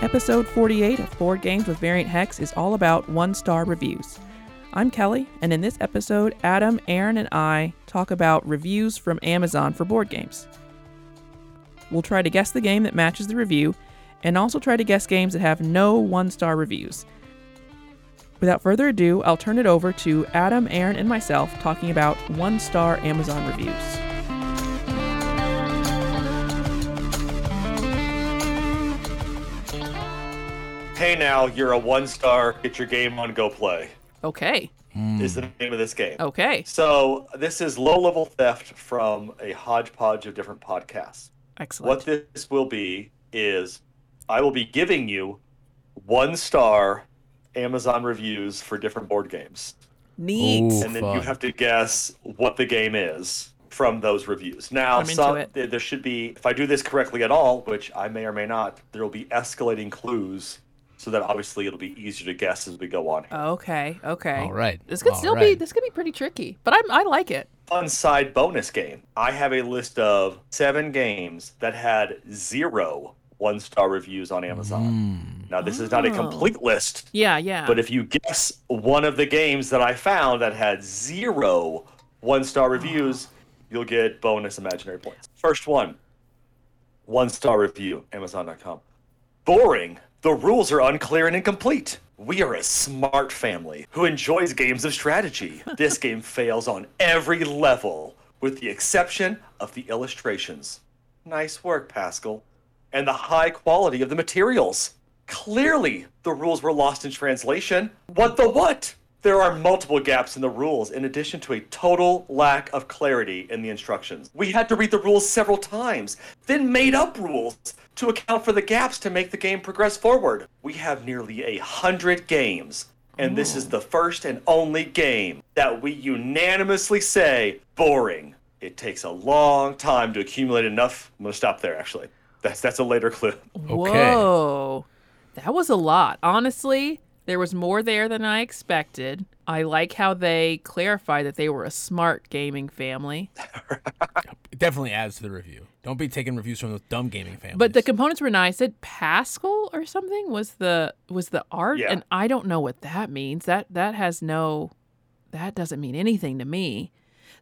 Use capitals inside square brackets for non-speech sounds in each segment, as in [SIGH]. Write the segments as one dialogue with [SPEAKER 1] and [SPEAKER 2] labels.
[SPEAKER 1] Episode 48 of Board Games with Variant Hex is all about one star reviews. I'm Kelly, and in this episode, Adam, Aaron, and I talk about reviews from Amazon for board games. We'll try to guess the game that matches the review, and also try to guess games that have no one star reviews. Without further ado, I'll turn it over to Adam, Aaron, and myself talking about one star Amazon reviews.
[SPEAKER 2] Hey now, you're a one star, get your game on, go play
[SPEAKER 1] Okay.
[SPEAKER 2] is the name of this game.
[SPEAKER 1] Okay.
[SPEAKER 2] So this is low level theft from a hodgepodge of different podcasts.
[SPEAKER 1] Excellent.
[SPEAKER 2] What this will be is I will be giving you one star Amazon reviews for different board games.
[SPEAKER 1] Neat.
[SPEAKER 3] Ooh.
[SPEAKER 2] and then you
[SPEAKER 3] fun.
[SPEAKER 2] have to guess what the game is from those reviews. Now,
[SPEAKER 1] I'm into
[SPEAKER 2] some,
[SPEAKER 1] it.
[SPEAKER 2] th- there should be, if I do this correctly at all, which I may or may not, there will be escalating clues so that obviously it'll be easier to guess as we go on.
[SPEAKER 1] Okay. Okay.
[SPEAKER 3] All right.
[SPEAKER 1] This could
[SPEAKER 3] All
[SPEAKER 1] still be
[SPEAKER 3] right.
[SPEAKER 1] this could be pretty tricky, but I'm I like it.
[SPEAKER 2] Fun side bonus game I have a list of seven games that had zero one star reviews on Amazon.
[SPEAKER 3] Mm.
[SPEAKER 2] Now, this is not a
[SPEAKER 1] Oh.
[SPEAKER 2] complete list,
[SPEAKER 1] Yeah. Yeah.
[SPEAKER 2] But if you guess one of the games that I found that had zero one star reviews, you'll get bonus imaginary points. First one one star review, Amazon.com. Boring. The rules are unclear and incomplete. We are a smart family who enjoys games of strategy. This game fails on every level, with the exception of the illustrations. Nice work, Pascal. And the high quality of the materials. Clearly, the rules were lost in translation. What the what? There are multiple gaps in the rules, in addition to a total lack of clarity in the instructions. We had to read the rules several times, then made up rules to account for the gaps to make the game progress forward. We have nearly a hundred games, and this is the first and only game that we unanimously say boring. It takes a long time to accumulate enough. I'm gonna stop there. Actually, that's that's a later clue.
[SPEAKER 3] Okay.
[SPEAKER 1] Whoa. That was a lot. Honestly, there was more there than I expected. I like how they clarified that they were a smart gaming family.
[SPEAKER 3] It definitely adds to the review. Don't be taking reviews from those dumb gaming families.
[SPEAKER 1] But the components were nice. It Pascal or something was the was the art
[SPEAKER 2] Yeah.
[SPEAKER 1] and I don't know what that means. That that has no that doesn't mean anything to me.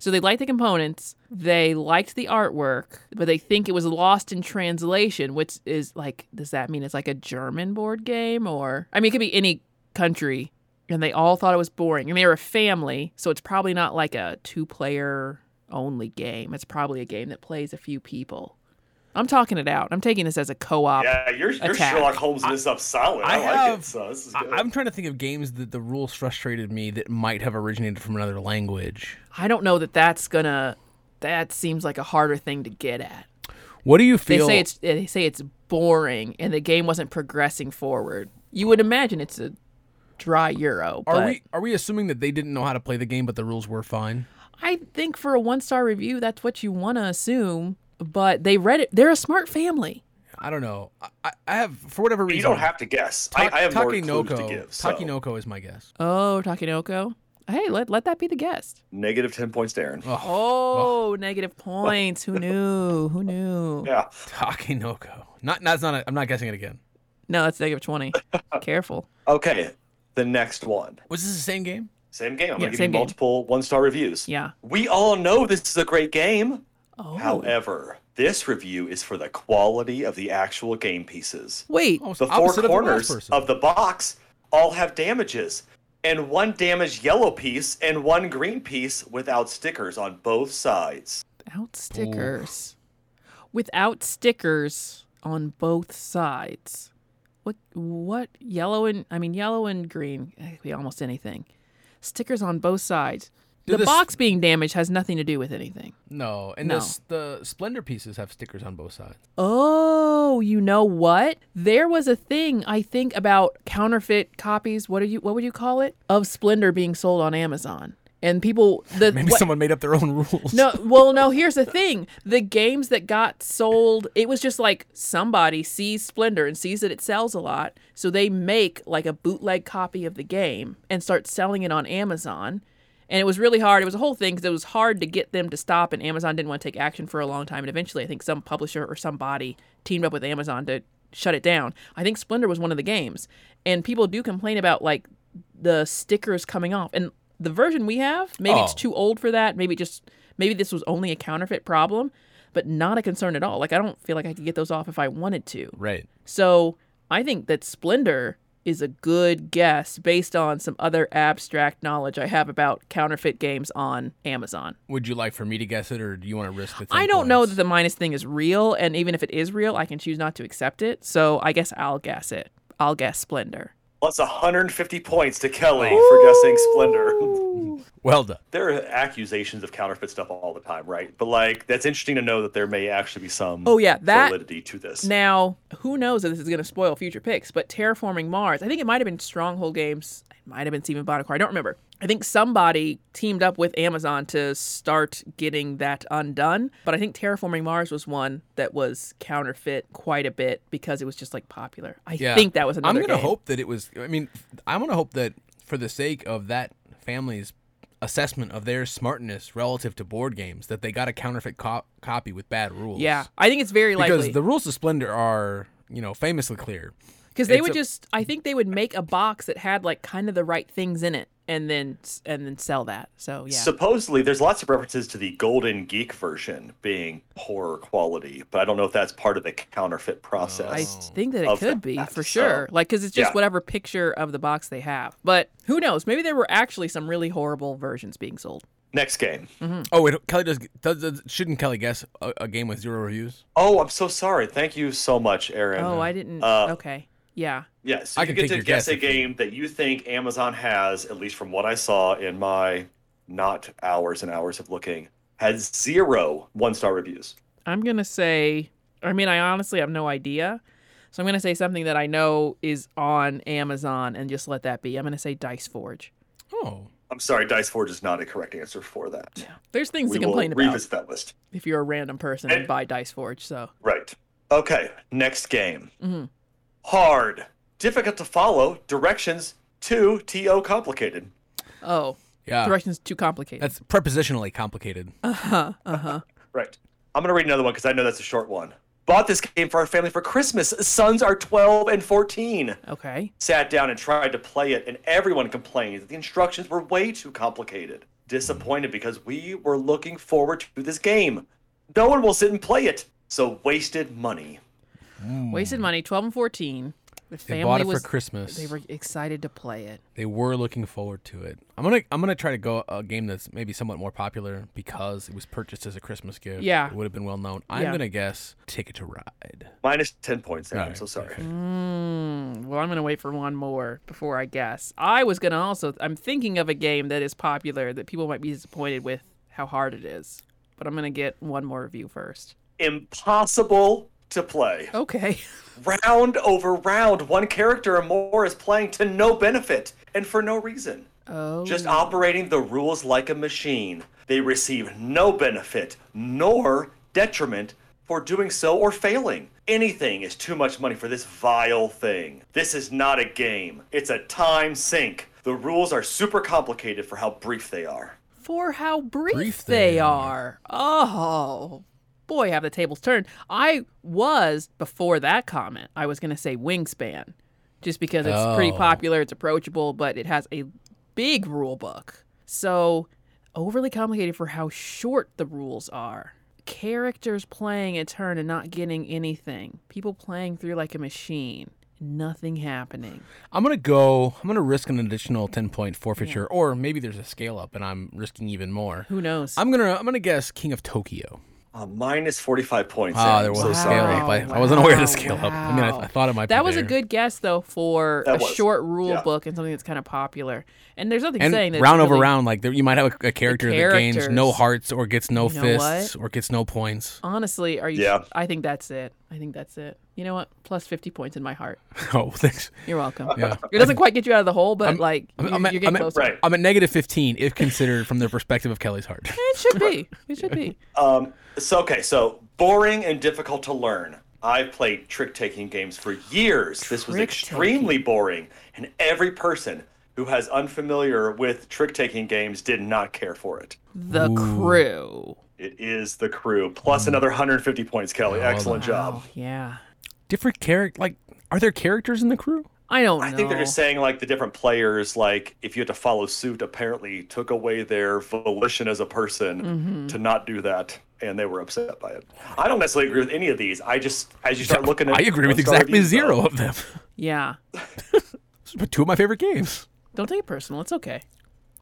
[SPEAKER 1] So they liked the components, they liked the artwork, but they think it was lost in translation, which is like does that mean it's like a German board game or I mean it could be any country and they all thought it was boring. And they were a family, so it's probably not like a two-player only game. It's probably a game that plays a few people. I'm talking it out. I'm taking this as a co-op.
[SPEAKER 2] Yeah, you're, you're
[SPEAKER 1] Uh, attack.
[SPEAKER 2] Sherlock Holmes in this up solid. I,
[SPEAKER 3] I
[SPEAKER 2] like it.
[SPEAKER 3] have-
[SPEAKER 2] So this is
[SPEAKER 3] I-
[SPEAKER 2] good.
[SPEAKER 3] I'm trying to think of games that the rules frustrated me that might have originated from another language.
[SPEAKER 1] I don't know that that's gonna. That seems like a harder thing to get at.
[SPEAKER 3] What do you
[SPEAKER 1] They
[SPEAKER 3] feel?
[SPEAKER 1] say it's they say it's boring and the game wasn't progressing forward. You would imagine it's a dry euro,
[SPEAKER 3] are
[SPEAKER 1] but
[SPEAKER 3] we are we assuming that they didn't know how to play the game, but the rules were fine?
[SPEAKER 1] I think for a one star review, that's what you want to assume. But they read it. They're a smart family.
[SPEAKER 3] I don't know. I- I, I have for whatever reason.
[SPEAKER 2] you don't have to guess. I,
[SPEAKER 3] Ta-
[SPEAKER 2] I have more clues
[SPEAKER 3] Takenoko-
[SPEAKER 2] to give. So.
[SPEAKER 3] Takenoko is my guess.
[SPEAKER 1] Oh, Takinoko. Hey, let let that be the guest.
[SPEAKER 2] Negative ten points, to Aaron.
[SPEAKER 1] Oh, negative points. Who knew? Who knew?
[SPEAKER 2] Yeah.
[SPEAKER 3] Takenoko. Not that's not. A, I'm not guessing it again.
[SPEAKER 1] No, that's negative twenty. Careful.
[SPEAKER 2] Okay. The next one.
[SPEAKER 3] Was this the same game?
[SPEAKER 2] Same
[SPEAKER 1] Yeah,
[SPEAKER 2] game. I'm gonna give you
[SPEAKER 1] same game.
[SPEAKER 2] multiple one-star reviews.
[SPEAKER 1] Yeah.
[SPEAKER 2] We all know this is a great game.
[SPEAKER 1] Oh.
[SPEAKER 2] However, this review is for the quality of the actual game pieces.
[SPEAKER 1] Wait.
[SPEAKER 3] Oh, it's
[SPEAKER 2] The four
[SPEAKER 3] opposite of the last
[SPEAKER 2] corners
[SPEAKER 3] person.
[SPEAKER 2] of the box all have damages, and one damaged yellow piece and one green piece without stickers on both sides.
[SPEAKER 1] Without stickers. Without stickers on both sides. What what yellow and I mean yellow and green eh, could be almost anything. Stickers on both sides.
[SPEAKER 3] Do
[SPEAKER 1] the
[SPEAKER 3] this-
[SPEAKER 1] box being damaged has nothing to do with anything.
[SPEAKER 3] No, and
[SPEAKER 1] No.
[SPEAKER 3] The, s- the splendor pieces have stickers on both sides.
[SPEAKER 1] Oh, you know what? There was a thing I think about counterfeit copies. What are you what would you call it? Of Splendor being sold on Amazon. And people the
[SPEAKER 3] Maybe
[SPEAKER 1] what-
[SPEAKER 3] someone made up their own [LAUGHS] rules.
[SPEAKER 1] No, well, no, here's the thing. The games that got sold, it was just like somebody sees Splendor and sees that it sells a lot, so they make like a bootleg copy of the game and start selling it on Amazon. And it was really hard. It was a whole thing because it was hard to get them to stop, and Amazon didn't want to take action for a long time. And eventually, I think some publisher or somebody teamed up with Amazon to shut it down. I think Splendor was one of the games, and people do complain about like the stickers coming off. And the version we have, maybe it's
[SPEAKER 3] Oh.
[SPEAKER 1] too old for that. Maybe just maybe this was only a counterfeit problem, but not a concern at all. Like I don't feel like I could get those off if I wanted to.
[SPEAKER 3] Right.
[SPEAKER 1] So I think that Splendor is a good guess based on some other abstract knowledge I have about counterfeit games on Amazon.
[SPEAKER 3] Would you like for me to guess it, or do you want to risk the?
[SPEAKER 1] I
[SPEAKER 3] 10
[SPEAKER 1] don't know
[SPEAKER 3] points?
[SPEAKER 1] that the minus thing is real, and even if it is real, I can choose not to accept it. So I guess I'll guess it. I'll guess Splendor.
[SPEAKER 2] Plus 150 points to Kelly for guessing Splendor.
[SPEAKER 3] well done.
[SPEAKER 2] there are accusations of counterfeit stuff all the time, right? But like, that's interesting to know that there may actually be some
[SPEAKER 1] Oh, yeah, that-
[SPEAKER 2] validity to this.
[SPEAKER 1] Now, who knows if this is going to spoil future picks, but Terraforming Mars, I think it might have been Stronghold Games, it might have been Steven Bonacore, I don't remember. I think somebody teamed up with Amazon to start getting that undone, but I think Terraforming Mars was one that was counterfeit quite a bit because it was just like popular. I
[SPEAKER 3] Yeah.
[SPEAKER 1] think that was
[SPEAKER 3] I'm
[SPEAKER 1] another
[SPEAKER 3] gonna
[SPEAKER 1] game.
[SPEAKER 3] hope that it was. I mean, I'm gonna hope that for the sake of that family's assessment of their smartness relative to board games, that they got a counterfeit co- copy with bad rules.
[SPEAKER 1] Yeah, I think it's very
[SPEAKER 3] because
[SPEAKER 1] likely.
[SPEAKER 3] the rules of Splendor are, you know, famously clear.
[SPEAKER 1] because they
[SPEAKER 3] It's
[SPEAKER 1] would
[SPEAKER 3] a-
[SPEAKER 1] just i think they would make a box that had like kind of the right things in it and then and then sell that so yeah
[SPEAKER 2] Supposedly, there's lots of references to the Golden Geek version being poorer quality, but I don't know if that's part of the counterfeit
[SPEAKER 1] i
[SPEAKER 2] process.
[SPEAKER 1] think that it
[SPEAKER 2] Of
[SPEAKER 1] could be
[SPEAKER 2] that,
[SPEAKER 1] for sure
[SPEAKER 2] so-
[SPEAKER 1] like because it's just
[SPEAKER 2] yeah.
[SPEAKER 1] whatever picture of the box they have but who knows maybe there were actually some really horrible versions being sold
[SPEAKER 2] Next game.
[SPEAKER 3] Oh, wait, Kelly does, does, does. Shouldn't Kelly guess a, a game with zero reviews?
[SPEAKER 2] Oh, I'm so sorry. Thank you so much, Aaron.
[SPEAKER 1] oh i didn't
[SPEAKER 2] Uh,
[SPEAKER 1] okay yeah
[SPEAKER 2] Yeah, so
[SPEAKER 3] I
[SPEAKER 2] you
[SPEAKER 3] can
[SPEAKER 2] get
[SPEAKER 3] take
[SPEAKER 2] to
[SPEAKER 3] your
[SPEAKER 2] guess,
[SPEAKER 3] guess
[SPEAKER 2] a
[SPEAKER 3] if you-
[SPEAKER 2] game that you think Amazon has, at least from what I saw in my not hours and hours of looking, has zero one star reviews.
[SPEAKER 1] i'm gonna say i mean i honestly have no idea so i'm gonna say something that i know is on amazon and just let that be i'm gonna say dice forge
[SPEAKER 3] Oh,
[SPEAKER 2] I'm sorry, Dice Forge is not a correct answer for that.
[SPEAKER 1] there's things
[SPEAKER 2] We
[SPEAKER 1] to
[SPEAKER 2] will
[SPEAKER 1] complain about
[SPEAKER 2] revisit that list.
[SPEAKER 1] if you're a random person and
[SPEAKER 2] And-
[SPEAKER 1] buy dice forge so
[SPEAKER 2] Right. Okay, next game.
[SPEAKER 3] Mm-hmm.
[SPEAKER 1] Mhm.
[SPEAKER 2] Hard, difficult to follow, directions too TO complicated.
[SPEAKER 1] oh
[SPEAKER 3] yeah.
[SPEAKER 1] directions too complicated.
[SPEAKER 3] Uh, That's prepositionally complicated.
[SPEAKER 1] Uh huh. Uh huh.
[SPEAKER 2] Right. I'm going to read another one because I know that's a short one. Bought this game for our family for Christmas. Sons are 12 and 14.
[SPEAKER 3] [LAUGHS]
[SPEAKER 1] Okay.
[SPEAKER 2] sat down and tried to play it, and everyone complained that the instructions were way too complicated. Disappointed because we were looking forward to this game. No one will sit and play it, so wasted money.
[SPEAKER 1] Wasted money. Twelve and fourteen. The
[SPEAKER 3] Hmm. They
[SPEAKER 1] family
[SPEAKER 3] bought it
[SPEAKER 1] was.
[SPEAKER 3] for Christmas.
[SPEAKER 1] They were excited to play it.
[SPEAKER 3] They were looking forward to it. I'm gonna I'm gonna try to go a game that's maybe somewhat more popular because it was purchased as a Christmas gift.
[SPEAKER 1] Yeah.
[SPEAKER 3] it would have been well known. I'm
[SPEAKER 1] Yeah.
[SPEAKER 3] gonna guess Ticket to Ride.
[SPEAKER 2] Minus 10 points there. I'm
[SPEAKER 3] Alright,
[SPEAKER 2] so sorry.
[SPEAKER 3] perfect.
[SPEAKER 1] Mm, well, I'm gonna wait for one more before I guess. I was gonna also. I'm thinking of a game that is popular that people might be disappointed with how hard it is, but I'm gonna get one more review first.
[SPEAKER 2] Impossible to play.
[SPEAKER 1] Okay. [LAUGHS]
[SPEAKER 2] Round over round, one character or more is playing to no benefit and for no reason.
[SPEAKER 1] Oh.
[SPEAKER 2] Just operating the rules like a machine. They receive no benefit nor detriment for doing so or failing. Anything is too much money for this vile thing. This is not a game, it's a time sink. The rules are super complicated for how brief they are.
[SPEAKER 1] for how brief,
[SPEAKER 3] Brief
[SPEAKER 1] they,
[SPEAKER 3] they
[SPEAKER 1] are. Oh, boy, have the tables turned. I was, before that comment, I was going to say Wingspan, just because it's pretty
[SPEAKER 3] Oh.
[SPEAKER 1] popular, it's approachable, but it has a big rule book. So overly complicated for how short the rules are. Characters playing a turn and not getting anything. People playing through like a machine. Nothing happening.
[SPEAKER 3] I'm gonna go. I'm gonna risk an additional ten point forfeiture, or maybe there's a scale up and I'm risking even more.
[SPEAKER 1] Who knows?
[SPEAKER 3] I'm gonna I'm gonna guess King of Tokyo.
[SPEAKER 2] Uh, minus 45 points.
[SPEAKER 3] Ah,
[SPEAKER 2] Aaron.
[SPEAKER 3] there was
[SPEAKER 2] I'm
[SPEAKER 3] a
[SPEAKER 2] so
[SPEAKER 3] scale
[SPEAKER 2] sorry.
[SPEAKER 3] up. I,
[SPEAKER 1] Wow,
[SPEAKER 3] I wasn't aware of
[SPEAKER 1] wow,
[SPEAKER 3] the scale up. I mean, I,
[SPEAKER 1] wow.
[SPEAKER 3] I thought it might.
[SPEAKER 1] That
[SPEAKER 3] be
[SPEAKER 1] was a
[SPEAKER 3] there.
[SPEAKER 1] good guess though for
[SPEAKER 2] That
[SPEAKER 1] a
[SPEAKER 2] was,
[SPEAKER 1] short rule
[SPEAKER 2] yeah.
[SPEAKER 1] book and something that's kind of popular. And there's nothing
[SPEAKER 3] And
[SPEAKER 1] saying that it's
[SPEAKER 3] round over
[SPEAKER 1] really-
[SPEAKER 3] round, like there, you might have a, a character that gains no
[SPEAKER 1] characters.
[SPEAKER 3] hearts or gets no
[SPEAKER 1] You know
[SPEAKER 3] fists or gets no points. [LAUGHS]
[SPEAKER 1] Honestly, are you?
[SPEAKER 2] Yeah.
[SPEAKER 1] I think that's it. I think that's it. You know what? Plus fifty points in my heart.
[SPEAKER 3] oh, thanks.
[SPEAKER 1] You're welcome.
[SPEAKER 3] Yeah.
[SPEAKER 1] [LAUGHS] It doesn't quite get you out of the hole, but
[SPEAKER 3] I'm-
[SPEAKER 1] like
[SPEAKER 3] I'm-
[SPEAKER 1] you're,
[SPEAKER 3] I'm at-
[SPEAKER 1] you're getting
[SPEAKER 3] I'm at-
[SPEAKER 1] closer.
[SPEAKER 2] Right.
[SPEAKER 3] I'm at negative 15 if considered from the perspective of
[SPEAKER 1] [LAUGHS]
[SPEAKER 3] Kelly's heart.
[SPEAKER 1] It should be. It should be.
[SPEAKER 2] Um, so, okay, so boring and difficult to learn. I've played trick taking games for years. This was
[SPEAKER 1] Trick-taking.
[SPEAKER 2] extremely boring, and every person who has unfamiliar with trick taking games did not care for it.
[SPEAKER 1] The crew.
[SPEAKER 2] It is the crew, plus another 150 points, Kelly. Excellent job.
[SPEAKER 1] Oh yeah.
[SPEAKER 3] different character. Like, are there characters in the crew?
[SPEAKER 1] I don't
[SPEAKER 2] I
[SPEAKER 1] know.
[SPEAKER 2] think they're just saying like the different players, like if you had to follow suit, apparently took away their volition as a person
[SPEAKER 1] Mm-hmm.
[SPEAKER 2] to not do that, and they were upset by it. I don't necessarily agree with any of these. I just as you start looking at,
[SPEAKER 3] I agree with
[SPEAKER 2] one-star
[SPEAKER 3] exactly
[SPEAKER 2] reviews,
[SPEAKER 3] zero
[SPEAKER 2] though,
[SPEAKER 3] of them. [LAUGHS]
[SPEAKER 1] yeah.
[SPEAKER 3] But two of my favorite games.
[SPEAKER 1] Don't take it personal. It's okay.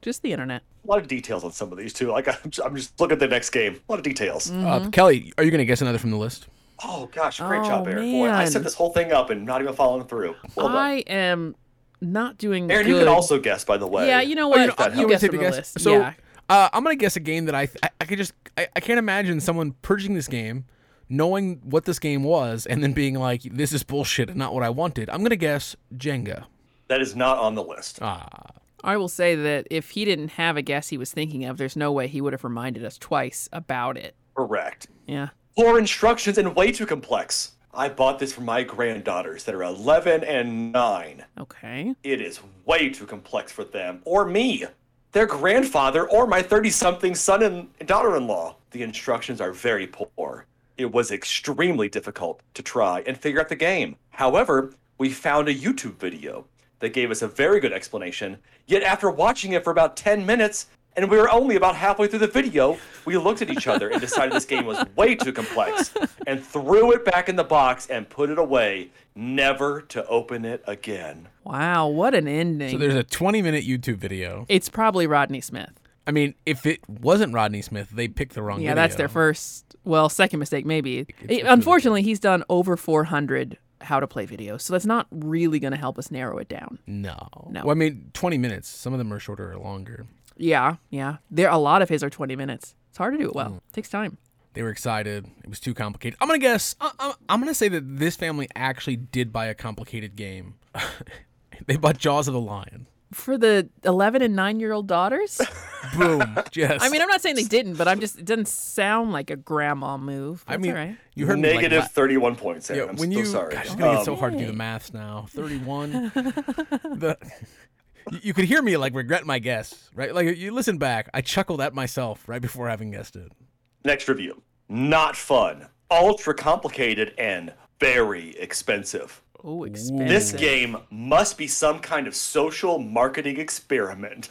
[SPEAKER 1] Just the internet.
[SPEAKER 2] a lot of details on some of these too. Like [LAUGHS] I'm, I'm just looking at the next game. A lot of details.
[SPEAKER 1] Mm. Mm-hmm.
[SPEAKER 3] Uh, Kelly, are you going to guess another from the list?
[SPEAKER 2] Oh gosh, great
[SPEAKER 1] Oh,
[SPEAKER 2] job, Aaron. Boy, I
[SPEAKER 1] man.
[SPEAKER 2] set this whole thing up and not even following through. Well done.
[SPEAKER 1] I am not doing
[SPEAKER 2] Aaron,
[SPEAKER 1] good.
[SPEAKER 2] you can also guess, by the way.
[SPEAKER 1] yeah, you know
[SPEAKER 3] Oh,
[SPEAKER 1] what?
[SPEAKER 2] that
[SPEAKER 1] you
[SPEAKER 2] helps.
[SPEAKER 1] guess
[SPEAKER 3] Take
[SPEAKER 1] from
[SPEAKER 3] a
[SPEAKER 1] the
[SPEAKER 3] guess.
[SPEAKER 1] list.
[SPEAKER 3] So,
[SPEAKER 1] yeah.
[SPEAKER 3] uh, I'm gonna guess a game that I I, I could just I, I can't imagine someone purging this game, knowing what this game was, and then being like, "This is bullshit and not what I wanted." I'm gonna guess Jenga.
[SPEAKER 2] that is not on the list.
[SPEAKER 1] Oh. I will say that if he didn't have a guess he was thinking of, there's no way he would have reminded us twice about it.
[SPEAKER 2] Correct.
[SPEAKER 1] Yeah.
[SPEAKER 2] Poor instructions and way too complex. I bought this for my granddaughters that are 11 and 9.
[SPEAKER 1] Okay.
[SPEAKER 2] It is way too complex for them or me, their grandfather, or my 30 something son and daughter in law. The instructions are very poor. It was extremely difficult to try and figure out the game. However, we found a YouTube video that gave us a very good explanation. Yet, after watching it for about 10 minutes, and we were only about halfway through the video, we looked at each other and decided this game was way too complex and threw it back in the box and put it away, never to open it again.
[SPEAKER 1] Wow, what an ending.
[SPEAKER 3] So there's a 20 minute YouTube video.
[SPEAKER 1] it's probably Rodney Smith.
[SPEAKER 3] I mean, if it wasn't Rodney Smith, they picked the wrong.
[SPEAKER 1] Yeah, that's
[SPEAKER 3] video.
[SPEAKER 1] their first, well, second mistake, maybe. Eh, unfortunately, he's done over 400 how to play videos, so that's not really going to help us narrow it down.
[SPEAKER 3] No.
[SPEAKER 1] No.
[SPEAKER 3] Well, I mean, 20 minutes. Some of them are shorter or longer.
[SPEAKER 1] Yeah, yeah. There, a lot of his are 20 minutes. It's hard to do it well.
[SPEAKER 3] Mm.
[SPEAKER 1] takes time.
[SPEAKER 3] They were excited. It was too complicated. I'm gonna guess. I, I, I'm gonna say that this family actually did buy a complicated game. [LAUGHS] they bought Jaws of the Lion.
[SPEAKER 1] For the 11 and 9 year old daughters?
[SPEAKER 3] Boom. Yes.
[SPEAKER 1] [LAUGHS] I mean, I'm not saying they didn't, but I'm just, it doesn't sound like a grandma move.
[SPEAKER 3] I
[SPEAKER 1] That's
[SPEAKER 3] mean,
[SPEAKER 1] all right.
[SPEAKER 3] you heard me, like,
[SPEAKER 2] Negative
[SPEAKER 3] la-
[SPEAKER 2] 31 points. Aaron.
[SPEAKER 3] yeah,
[SPEAKER 2] I'm
[SPEAKER 3] when
[SPEAKER 2] so
[SPEAKER 3] you,
[SPEAKER 2] sorry.
[SPEAKER 3] Gosh, it's gonna be
[SPEAKER 2] Um,
[SPEAKER 3] so hard to do the maths
[SPEAKER 1] [LAUGHS]
[SPEAKER 3] now. Thirty-one. the, you, you could hear me like regret my guess, right? Like you listen back, I chuckled at myself right before having guessed it. [LAUGHS]
[SPEAKER 2] next review. Not fun. Ultra complicated and very expensive.
[SPEAKER 1] Oh, expensive.
[SPEAKER 2] This game must be some kind of social marketing experiment.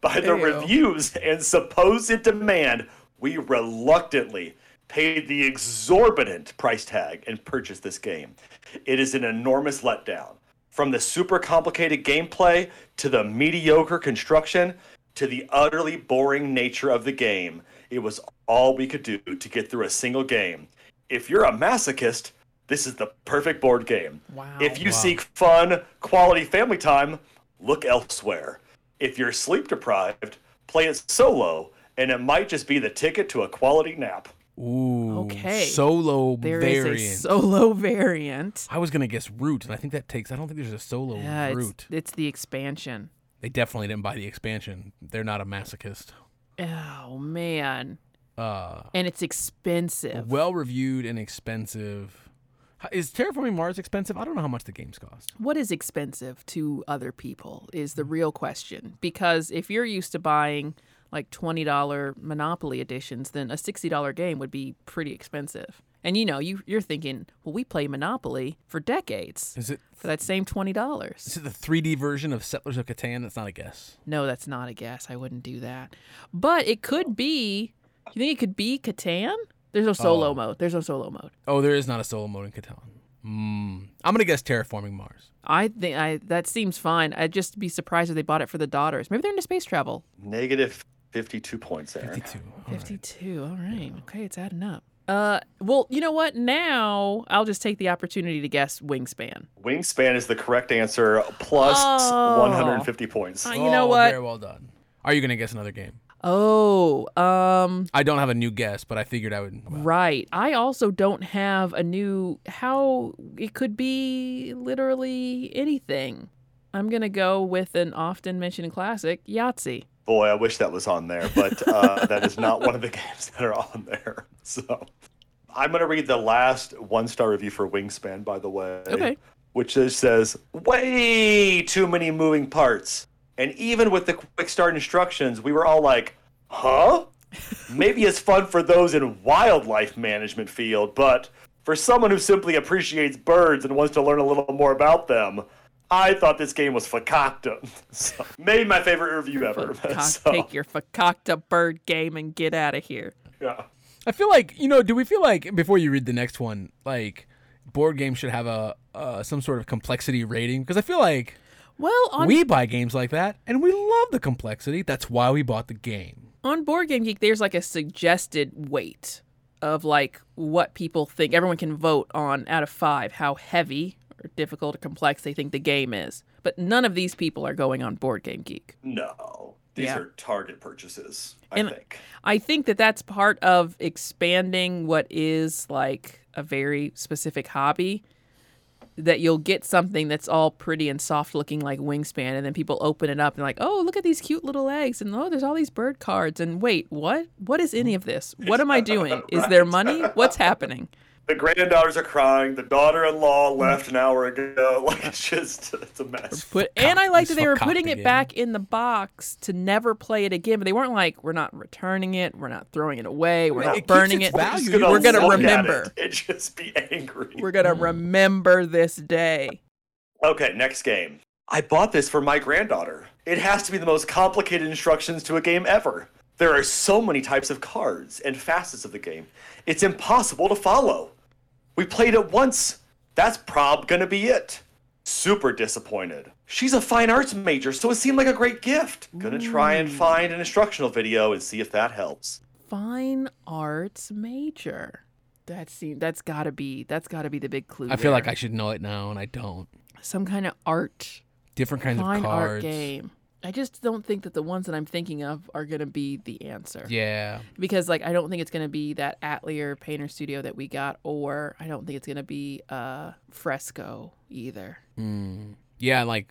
[SPEAKER 2] By the
[SPEAKER 1] Ew.
[SPEAKER 2] reviews and supposed demand, we reluctantly paid the exorbitant price tag and purchased this game. It is an enormous letdown. From the super complicated gameplay to the mediocre construction to the utterly boring nature of the game, it was all we could do to get through a single game. If you're a masochist, this is the perfect board game.
[SPEAKER 1] Wow.
[SPEAKER 2] If you seek fun, quality family time, look elsewhere. If you're sleep deprived, play it solo, and it might just be the ticket to a quality nap.
[SPEAKER 3] Ooh.
[SPEAKER 1] Okay.
[SPEAKER 3] Solo
[SPEAKER 1] There is
[SPEAKER 3] variant.
[SPEAKER 1] a solo variant.
[SPEAKER 3] I was gonna guess root, and I think that takes. I don't think there's a solo
[SPEAKER 1] Yeah, it's,
[SPEAKER 3] root.
[SPEAKER 1] it's the expansion.
[SPEAKER 3] They definitely didn't buy the expansion. They're not a masochist.
[SPEAKER 1] Oh, man.
[SPEAKER 3] Uh,
[SPEAKER 1] And it's expensive.
[SPEAKER 3] well reviewed and expensive. H- Is Terraforming Mars expensive? I don't know how much the games cost.
[SPEAKER 1] What is expensive to other people is the real question. Because if you're used to buying like $20 Monopoly editions, then a $60 game would be pretty expensive. And you know, you, you're thinking, well, we play Monopoly for decades
[SPEAKER 3] Is it
[SPEAKER 1] for that same $20.
[SPEAKER 3] Is it the 3D version of Settlers of Catan? That's not a guess.
[SPEAKER 1] No, that's not a guess. I wouldn't do that. But it could be, you think it could be Catan? There's no solo
[SPEAKER 3] Oh.
[SPEAKER 1] mode. There's no solo mode.
[SPEAKER 3] Oh, there is not a solo mode in Catan. Mm. I'm gonna guess Terraforming Mars.
[SPEAKER 1] I think I that seems fine. I'd just be surprised if they bought it for the daughters. Maybe they're into space travel.
[SPEAKER 2] Negative 52 points, Aaron.
[SPEAKER 3] 52. All right.
[SPEAKER 1] Fifty-two. All right. Okay, it's adding up. Uh, well, you know what? Now I'll just take the opportunity to guess wingspan.
[SPEAKER 2] Wingspan is the correct answer, plus
[SPEAKER 1] Oh.
[SPEAKER 2] 150 points.
[SPEAKER 1] Uh, you know
[SPEAKER 3] Oh,
[SPEAKER 1] what?
[SPEAKER 3] Very well done. Are you gonna guess another game?
[SPEAKER 1] Oh, um,
[SPEAKER 3] I don't have a new guess, but I figured I would. well,
[SPEAKER 1] right. I also don't have a new how it could be literally anything. I'm gonna go with an often mentioned classic, Yahtzee.
[SPEAKER 2] Boy, I wish that was on there, but
[SPEAKER 1] [LAUGHS]
[SPEAKER 2] uh, that is not one of the games that are on there. [LAUGHS] So I'm going to read the last one star review for Wingspan, by the way.
[SPEAKER 1] Okay.
[SPEAKER 2] Which is, says, way too many moving parts. And even with the quick start instructions, we were all like, huh? Maybe it's fun for those in wildlife management field, but For someone who simply appreciates birds and wants to learn a little more about them, I thought this game was fakakta. [LAUGHS] So, maybe my favorite review ever. [LAUGHS]
[SPEAKER 1] Cock-
[SPEAKER 2] So,
[SPEAKER 1] Take your fakakta bird game and get out of here.
[SPEAKER 2] yeah.
[SPEAKER 3] I feel like you know. Do we feel like before you read the next one, like board games should have a uh, some sort of complexity rating? Because I feel like
[SPEAKER 1] Well, on
[SPEAKER 3] we buy games like that and we love the complexity. That's why we bought the game.
[SPEAKER 1] on Board Game Geek, there's like a suggested weight of like what people think. Everyone can vote on out of five how heavy or difficult or complex they think the game is. But none of these people are going on Board Game Geek.
[SPEAKER 2] No. These
[SPEAKER 1] Yeah.
[SPEAKER 2] are target purchases, I
[SPEAKER 1] And-
[SPEAKER 2] think.
[SPEAKER 1] I think that that's part of expanding what is like a very specific hobby. That you'll get something that's all pretty and soft looking like wingspan, and then people open it up and like, oh, look at these cute little eggs, and oh, there's all these bird cards, and wait, what? What is any of this? What am I doing? Is there money? What's happening?
[SPEAKER 2] The granddaughters are crying. The daughter-in-law left an hour ago. [LAUGHS] Like it's just it's a mess.
[SPEAKER 1] But and I liked that
[SPEAKER 3] it's
[SPEAKER 1] they were
[SPEAKER 3] fucked
[SPEAKER 1] putting it
[SPEAKER 3] again.
[SPEAKER 1] back in the box to never play it again. But they weren't like, we're not returning it, we're not throwing it away, we're
[SPEAKER 3] It
[SPEAKER 1] not
[SPEAKER 3] keeps
[SPEAKER 1] burning
[SPEAKER 3] its
[SPEAKER 1] it.
[SPEAKER 3] value.
[SPEAKER 2] Just
[SPEAKER 1] We're gonna
[SPEAKER 2] look at
[SPEAKER 1] remember.
[SPEAKER 2] it and just be angry.
[SPEAKER 1] We're gonna
[SPEAKER 3] Mm.
[SPEAKER 1] remember this day.
[SPEAKER 2] Okay, next game. I bought this for my granddaughter. It has to be the most complicated instructions to a game ever. There are so many types of cards and facets of the game. It's impossible to follow. We played it once. That's prob gonna be it. Super disappointed. She's a fine arts major, so it seemed like a great gift. Gonna try and find an instructional video and see if that helps.
[SPEAKER 1] fine arts major. That seem that's gotta be that's gotta be the big clue.
[SPEAKER 3] I feel like
[SPEAKER 1] there.
[SPEAKER 3] I should know it now, and I don't.
[SPEAKER 1] some kind of art,
[SPEAKER 3] Different kinds
[SPEAKER 1] fine
[SPEAKER 3] of
[SPEAKER 1] art
[SPEAKER 3] cards.
[SPEAKER 1] game. I just don't think that the ones that I'm thinking of are gonna be the answer.
[SPEAKER 3] Yeah,
[SPEAKER 1] Because like I don't think it's gonna be that Atelier Painter Studio that we got, or I don't think it's gonna be uh Fresco either.
[SPEAKER 3] Hmm. yeah. Like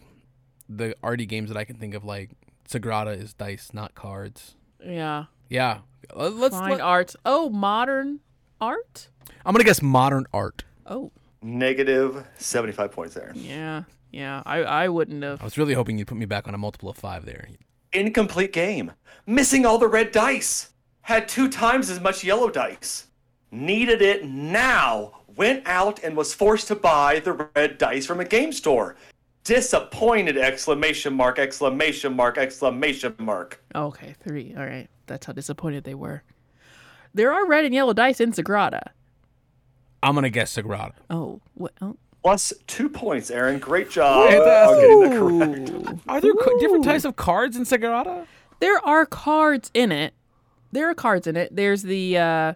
[SPEAKER 3] the arty games that I can think of, like Sagrada is dice, not cards.
[SPEAKER 1] Yeah,
[SPEAKER 3] Yeah. Uh, Let's.
[SPEAKER 1] fine
[SPEAKER 3] Let,
[SPEAKER 1] arts. Oh, modern art.
[SPEAKER 3] I'm gonna guess modern art.
[SPEAKER 1] Oh,
[SPEAKER 2] Negative 75 points there.
[SPEAKER 1] yeah, yeah. I I wouldn't have.
[SPEAKER 3] I was really hoping you'd put me back on a multiple of five there.
[SPEAKER 2] Incomplete game. Missing all the red dice. Had two times as much yellow dice. Needed it now. Went out and was forced to buy the red dice from a game store. Disappointed! Exclamation mark! Exclamation mark! Exclamation mark!
[SPEAKER 1] Okay, three. All right. That's how disappointed they were. There are red and yellow dice in Sagrada.
[SPEAKER 3] I'm gonna guess Sagrada.
[SPEAKER 1] Oh, what? Oh.
[SPEAKER 2] Plus two points, Aaron. Great job.
[SPEAKER 3] Fantastic.
[SPEAKER 2] on getting that correct.
[SPEAKER 1] Ooh.
[SPEAKER 3] Are there ca- different
[SPEAKER 1] Ooh.
[SPEAKER 3] types of cards in Sagrada?
[SPEAKER 1] There are cards in it. There are cards in it. There's the uh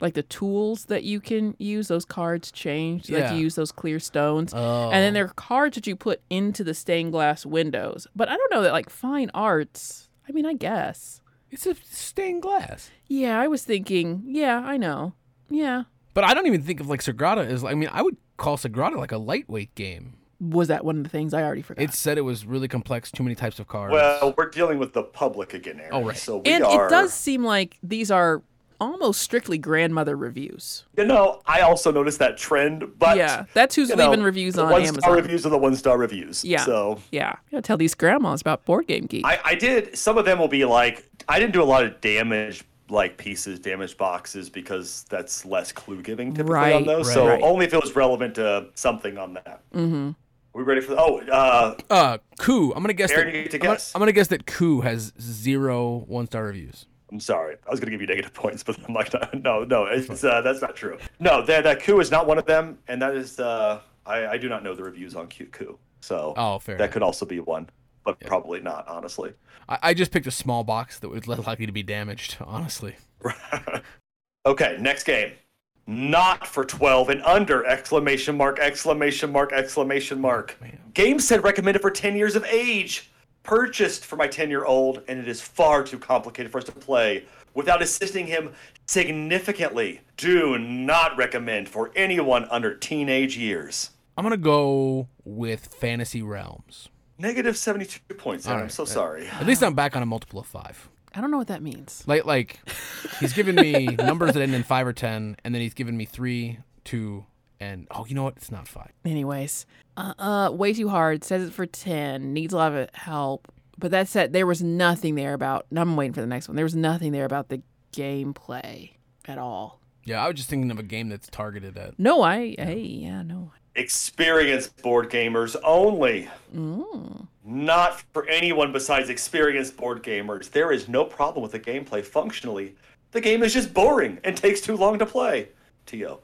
[SPEAKER 1] like the tools that you can use. Those cards change. Like
[SPEAKER 3] Yeah.
[SPEAKER 1] you use those clear stones.
[SPEAKER 3] Oh.
[SPEAKER 1] And then there are cards that you put into the stained glass windows. But I don't know that like fine arts. I mean, I guess.
[SPEAKER 3] It's a stained glass.
[SPEAKER 1] Yeah, I was thinking, yeah, I know. Yeah.
[SPEAKER 3] But I don't even think of like Sagrada as. I mean, I would call Sagrada like a lightweight game.
[SPEAKER 1] Was that one of the things I already forgot?
[SPEAKER 3] It said it was really complex, too many types of cards.
[SPEAKER 2] Ah. Well, we're dealing with the public again, Aaron.
[SPEAKER 3] Oh, right.
[SPEAKER 2] So we
[SPEAKER 1] and
[SPEAKER 2] are.
[SPEAKER 1] it does seem like these are almost strictly grandmother reviews.
[SPEAKER 2] You know, I also noticed that trend, but
[SPEAKER 1] yeah, that's who's
[SPEAKER 2] you know,
[SPEAKER 1] leaving reviews
[SPEAKER 2] the
[SPEAKER 1] on
[SPEAKER 2] one-star
[SPEAKER 1] Amazon.
[SPEAKER 2] reviews are the one-star reviews.
[SPEAKER 1] Yeah.
[SPEAKER 2] So
[SPEAKER 1] Yeah, you gotta tell these grandmas about board game geek.
[SPEAKER 2] I, I did. Some of them will be like, I didn't do a lot of damage like pieces, damaged boxes because that's less clue giving typically on
[SPEAKER 1] Right,
[SPEAKER 2] those.
[SPEAKER 3] right.
[SPEAKER 2] So
[SPEAKER 1] Right.
[SPEAKER 2] only if it was relevant to something on that. Mm-hmm. We ready for? Oh, uh,
[SPEAKER 3] uh, Coup. I'm gonna guess.
[SPEAKER 2] Aaron,
[SPEAKER 3] that,
[SPEAKER 2] you get to
[SPEAKER 3] I'm, gonna,
[SPEAKER 2] guess.
[SPEAKER 3] I'm gonna guess that Coup has zero one-star reviews.
[SPEAKER 2] I'm sorry. I was gonna give you negative [LAUGHS] points, but I'm like, no, no, it's uh, that's not true. No, that that coup is not one of them, and that is uh, I, I do not know the reviews on Q coup. So
[SPEAKER 3] Oh, fair.
[SPEAKER 2] that could also be one, but probably not, honestly.
[SPEAKER 3] I, I just picked a small box that was [LAUGHS] less likely to be damaged. Honestly,
[SPEAKER 2] okay, next game. Not for 12 and under! Exclamation mark, exclamation mark, exclamation mark.
[SPEAKER 3] Oh,
[SPEAKER 2] Game said recommended for 10 years of age. Purchased for my 10 year old, and it is far too complicated for us to play without assisting him significantly. Do not recommend for anyone under teenage years.
[SPEAKER 3] I'm gonna go with Fantasy Realms.
[SPEAKER 2] Negative 72 points. Aaron, I'm
[SPEAKER 3] right,
[SPEAKER 2] so
[SPEAKER 3] that-
[SPEAKER 2] sorry.
[SPEAKER 3] At least I'm back on a multiple of five.
[SPEAKER 1] I don't know what that means.
[SPEAKER 3] Like, like he's
[SPEAKER 2] [LAUGHS]
[SPEAKER 3] given me numbers that end in five or ten, and then he's given me three, two, and oh, you know what? It's not five.
[SPEAKER 1] Anyways, uh, uh, way too hard. Says it for ten. Needs a lot of help. But that said, there was nothing there about. I'm waiting for the next one. There was nothing there about the gameplay at all.
[SPEAKER 3] Yeah, I was just thinking of a game that's targeted at.
[SPEAKER 1] No, I. Hey, yeah, no.
[SPEAKER 2] Experienced board gamers only.
[SPEAKER 1] Mm.
[SPEAKER 2] Not for anyone besides experienced board gamers. There is no problem with the gameplay functionally. The game is just boring and takes too long to play. Tio.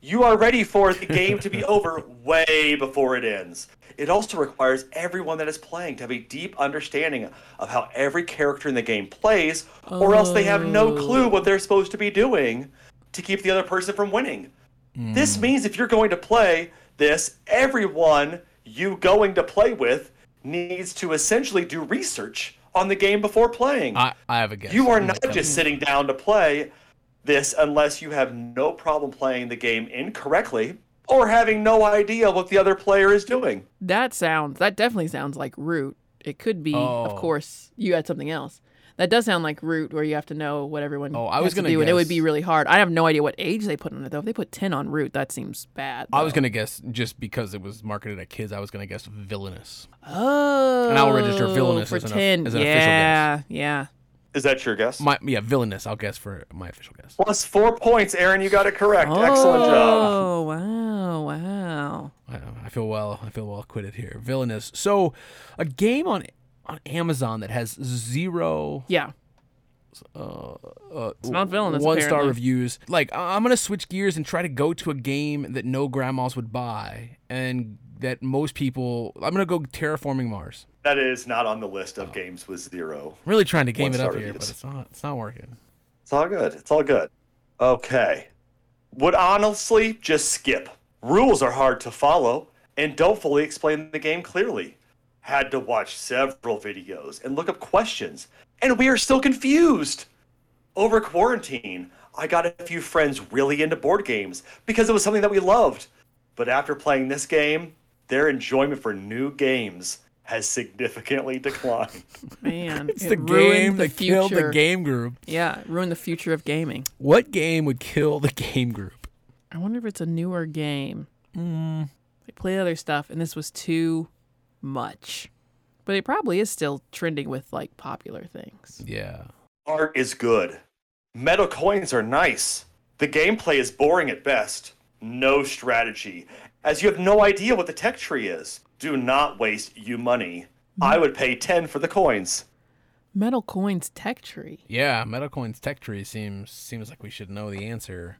[SPEAKER 2] You are ready for the game to be over way before it ends. It also requires everyone that is playing to have a deep understanding of how every character in the game plays, or else they have
[SPEAKER 1] Oh.
[SPEAKER 2] no clue what they're supposed to be doing to keep the other person from winning. This means if you're going to play this, everyone you going to play with needs to essentially do research on the game before playing.
[SPEAKER 3] I, I have a guess.
[SPEAKER 2] You are not just sitting down to play this unless you have no problem playing the game incorrectly or having no idea what the other player is doing.
[SPEAKER 1] That sounds. That definitely sounds like root. It could be,
[SPEAKER 3] Oh.
[SPEAKER 1] of course, you had something else. That does sound like root, where you have to know what everyone.
[SPEAKER 3] Oh, I
[SPEAKER 1] has
[SPEAKER 3] was
[SPEAKER 1] to
[SPEAKER 3] gonna
[SPEAKER 1] do, and it would
[SPEAKER 3] guess-
[SPEAKER 1] be really hard. I have no idea what age they put on it though. If they put ten on root, that seems bad.
[SPEAKER 3] I was gonna guess just because it was marketed at kids. I was gonna guess villainous.
[SPEAKER 1] Oh,
[SPEAKER 3] And I will register villainous
[SPEAKER 1] for
[SPEAKER 3] as an of-
[SPEAKER 1] ten.
[SPEAKER 3] as an official guess.
[SPEAKER 1] yeah, official yeah.
[SPEAKER 2] Is that your guess?
[SPEAKER 3] My yeah, villainous. I'll guess for my official guess.
[SPEAKER 2] Plus four points, Aaron. You got it correct.
[SPEAKER 1] Oh,
[SPEAKER 2] Excellent job.
[SPEAKER 1] wow, wow.
[SPEAKER 3] I, I feel well. I feel well acquitted here. Villainous. So, a game on on Amazon that has zero
[SPEAKER 1] Yeah,
[SPEAKER 3] uh,
[SPEAKER 1] not villainous,
[SPEAKER 3] one star
[SPEAKER 1] apparently.
[SPEAKER 3] reviews. Like I- I'm gonna switch gears and try to go to a game that no grandmas would buy and that most people. I'm gonna go terraforming Mars.
[SPEAKER 2] That is not on the list of games with zero.
[SPEAKER 3] I'm really trying to game it
[SPEAKER 2] One-star
[SPEAKER 3] up here, but
[SPEAKER 2] reviews.
[SPEAKER 3] it's not. It's not working.
[SPEAKER 2] It's all good. It's all good. Okay. Would honestly just skip. Rules are hard to follow and don't fully explain the game clearly. Had to watch several videos and look up questions, and we are still confused. Over quarantine, I got a few friends really into board games because it was something that we loved. But after playing this game, their enjoyment for new games has significantly [LAUGHS] declined.
[SPEAKER 1] man.
[SPEAKER 3] [LAUGHS] It's
[SPEAKER 1] it
[SPEAKER 3] the
[SPEAKER 1] ruined
[SPEAKER 3] game
[SPEAKER 1] the
[SPEAKER 3] that killed the
[SPEAKER 1] future.
[SPEAKER 3] game group.
[SPEAKER 1] Yeah, it ruined the future of gaming.
[SPEAKER 3] What game would kill the [LAUGHS] game group?
[SPEAKER 1] I wonder if it's a newer game.
[SPEAKER 3] Mm.
[SPEAKER 1] They play other stuff, and this was too much. But it probably is still trending with like popular things.
[SPEAKER 3] Yeah.
[SPEAKER 2] Art is good. Metal coins are nice. The gameplay is boring at best. No strategy, as you have no idea what the tech tree is. Do not waste you money. I would pay 10 for the coins.
[SPEAKER 1] Metal Coins Tech Tree.
[SPEAKER 3] Yeah, Metacoin's tech tree seems seems like we should know the answer.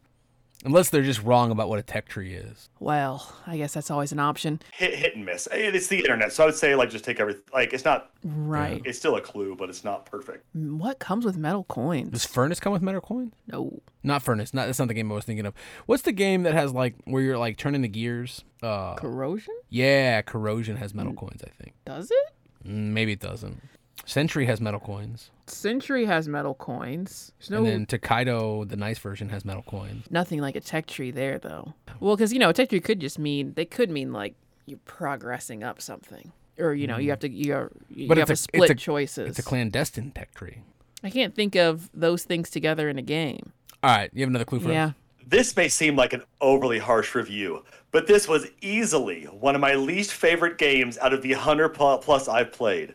[SPEAKER 3] Unless they're just wrong about what a tech tree is.
[SPEAKER 1] Well, I guess that's always an option.
[SPEAKER 2] Hit, hit and miss. It- It's the internet, so I would say like just take everything. Like it's not.
[SPEAKER 1] Right.
[SPEAKER 2] It's still a clue, but it's not perfect.
[SPEAKER 1] Mm, What comes with metal
[SPEAKER 3] Does
[SPEAKER 1] coins?
[SPEAKER 3] Furnace come with Metacoin?
[SPEAKER 1] No.
[SPEAKER 3] Not Furnace. Not that's not the game I was thinking of. What's the game that has like where you're like turning the gears? Uh
[SPEAKER 1] Corrosion?
[SPEAKER 3] yeah, Corrosion has metal coins, I think.
[SPEAKER 1] Does it?
[SPEAKER 3] Mm, Maybe it doesn't. Sentry has metal coins.
[SPEAKER 1] Century has metal coins. There's no
[SPEAKER 3] And then Takedo, the nice version, has metal coins.
[SPEAKER 1] nothing like a tech tree there though. Well, because you know, a tech tree could just mean they could mean like you're progressing up something, or you know, you have to you are you
[SPEAKER 3] Mm. But
[SPEAKER 1] have
[SPEAKER 3] it's
[SPEAKER 1] to
[SPEAKER 3] a- it's
[SPEAKER 1] split
[SPEAKER 3] a-
[SPEAKER 1] choices.
[SPEAKER 3] It's a clandestine tech tree.
[SPEAKER 1] I can't think of those things together in a game.
[SPEAKER 3] All right, you have another clue for
[SPEAKER 1] Yeah,
[SPEAKER 3] us?
[SPEAKER 2] This may seem like an overly harsh review, but this was easily one of my least favorite games out of the 100 pl- plus I've played.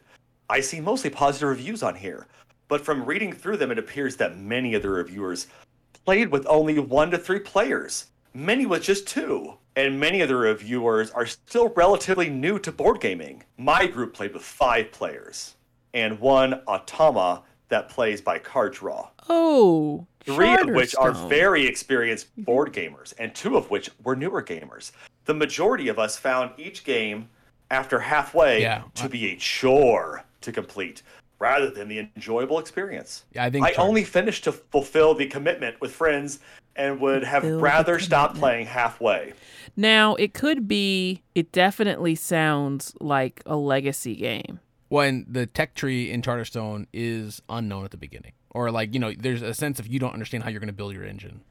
[SPEAKER 2] I see mostly positive reviews on here, but from reading through them, it appears that many of the reviewers played with only one to three players, many with just two, and many of the reviewers are still relatively new to board gaming. My group played with five players, and one automa that plays by card draw
[SPEAKER 1] Oh,
[SPEAKER 2] three of which are
[SPEAKER 1] Charterstone.
[SPEAKER 2] very experienced board gamers, and two of which were newer gamers. The majority of us found each game after halfway
[SPEAKER 3] Yeah.
[SPEAKER 2] to be a chore to complete rather than the enjoyable experience.
[SPEAKER 3] Yeah, I think
[SPEAKER 2] I
[SPEAKER 3] Char-
[SPEAKER 2] only finished to fulfill the commitment with friends and would have
[SPEAKER 1] Fulfill the
[SPEAKER 2] rather stopped
[SPEAKER 1] commitment.
[SPEAKER 2] playing halfway.
[SPEAKER 1] Now it could be. It definitely sounds like a legacy game.
[SPEAKER 3] when the tech tree in Charterstone is unknown at the beginning, or like you know, there's a sense of you don't understand how you're going to build your engine.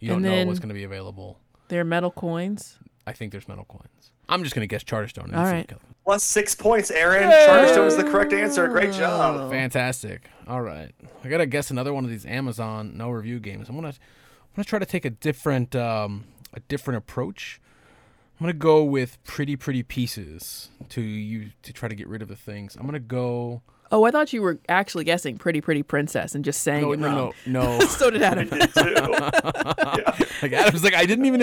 [SPEAKER 3] You
[SPEAKER 1] And
[SPEAKER 3] don't know what's
[SPEAKER 1] then-
[SPEAKER 3] going to be available.
[SPEAKER 1] They're metal coins.
[SPEAKER 3] I think there's metal coins. I'm just going to guess Charterstone. and
[SPEAKER 1] All
[SPEAKER 3] see-
[SPEAKER 1] right.
[SPEAKER 2] Plus six points, Aaron. Charterstone is the correct answer. Great job.
[SPEAKER 3] [LAUGHS] Fantastic. All right, I gotta guess another one of these Amazon no review games. I'm gonna, I'm gonna try to take a different, um, a different approach. I'm gonna go with pretty, pretty pieces to you to try to get rid of the things. I'm gonna go.
[SPEAKER 1] Oh, I thought you were actually guessing Pretty Pretty Princess and just saying
[SPEAKER 3] No,
[SPEAKER 1] it
[SPEAKER 3] Oh, no,
[SPEAKER 1] [LAUGHS] wrong.
[SPEAKER 3] no, [LAUGHS] no.
[SPEAKER 1] so did Adam.
[SPEAKER 2] [LAUGHS] Did too. yeah.
[SPEAKER 3] Like Adam's like, I didn't even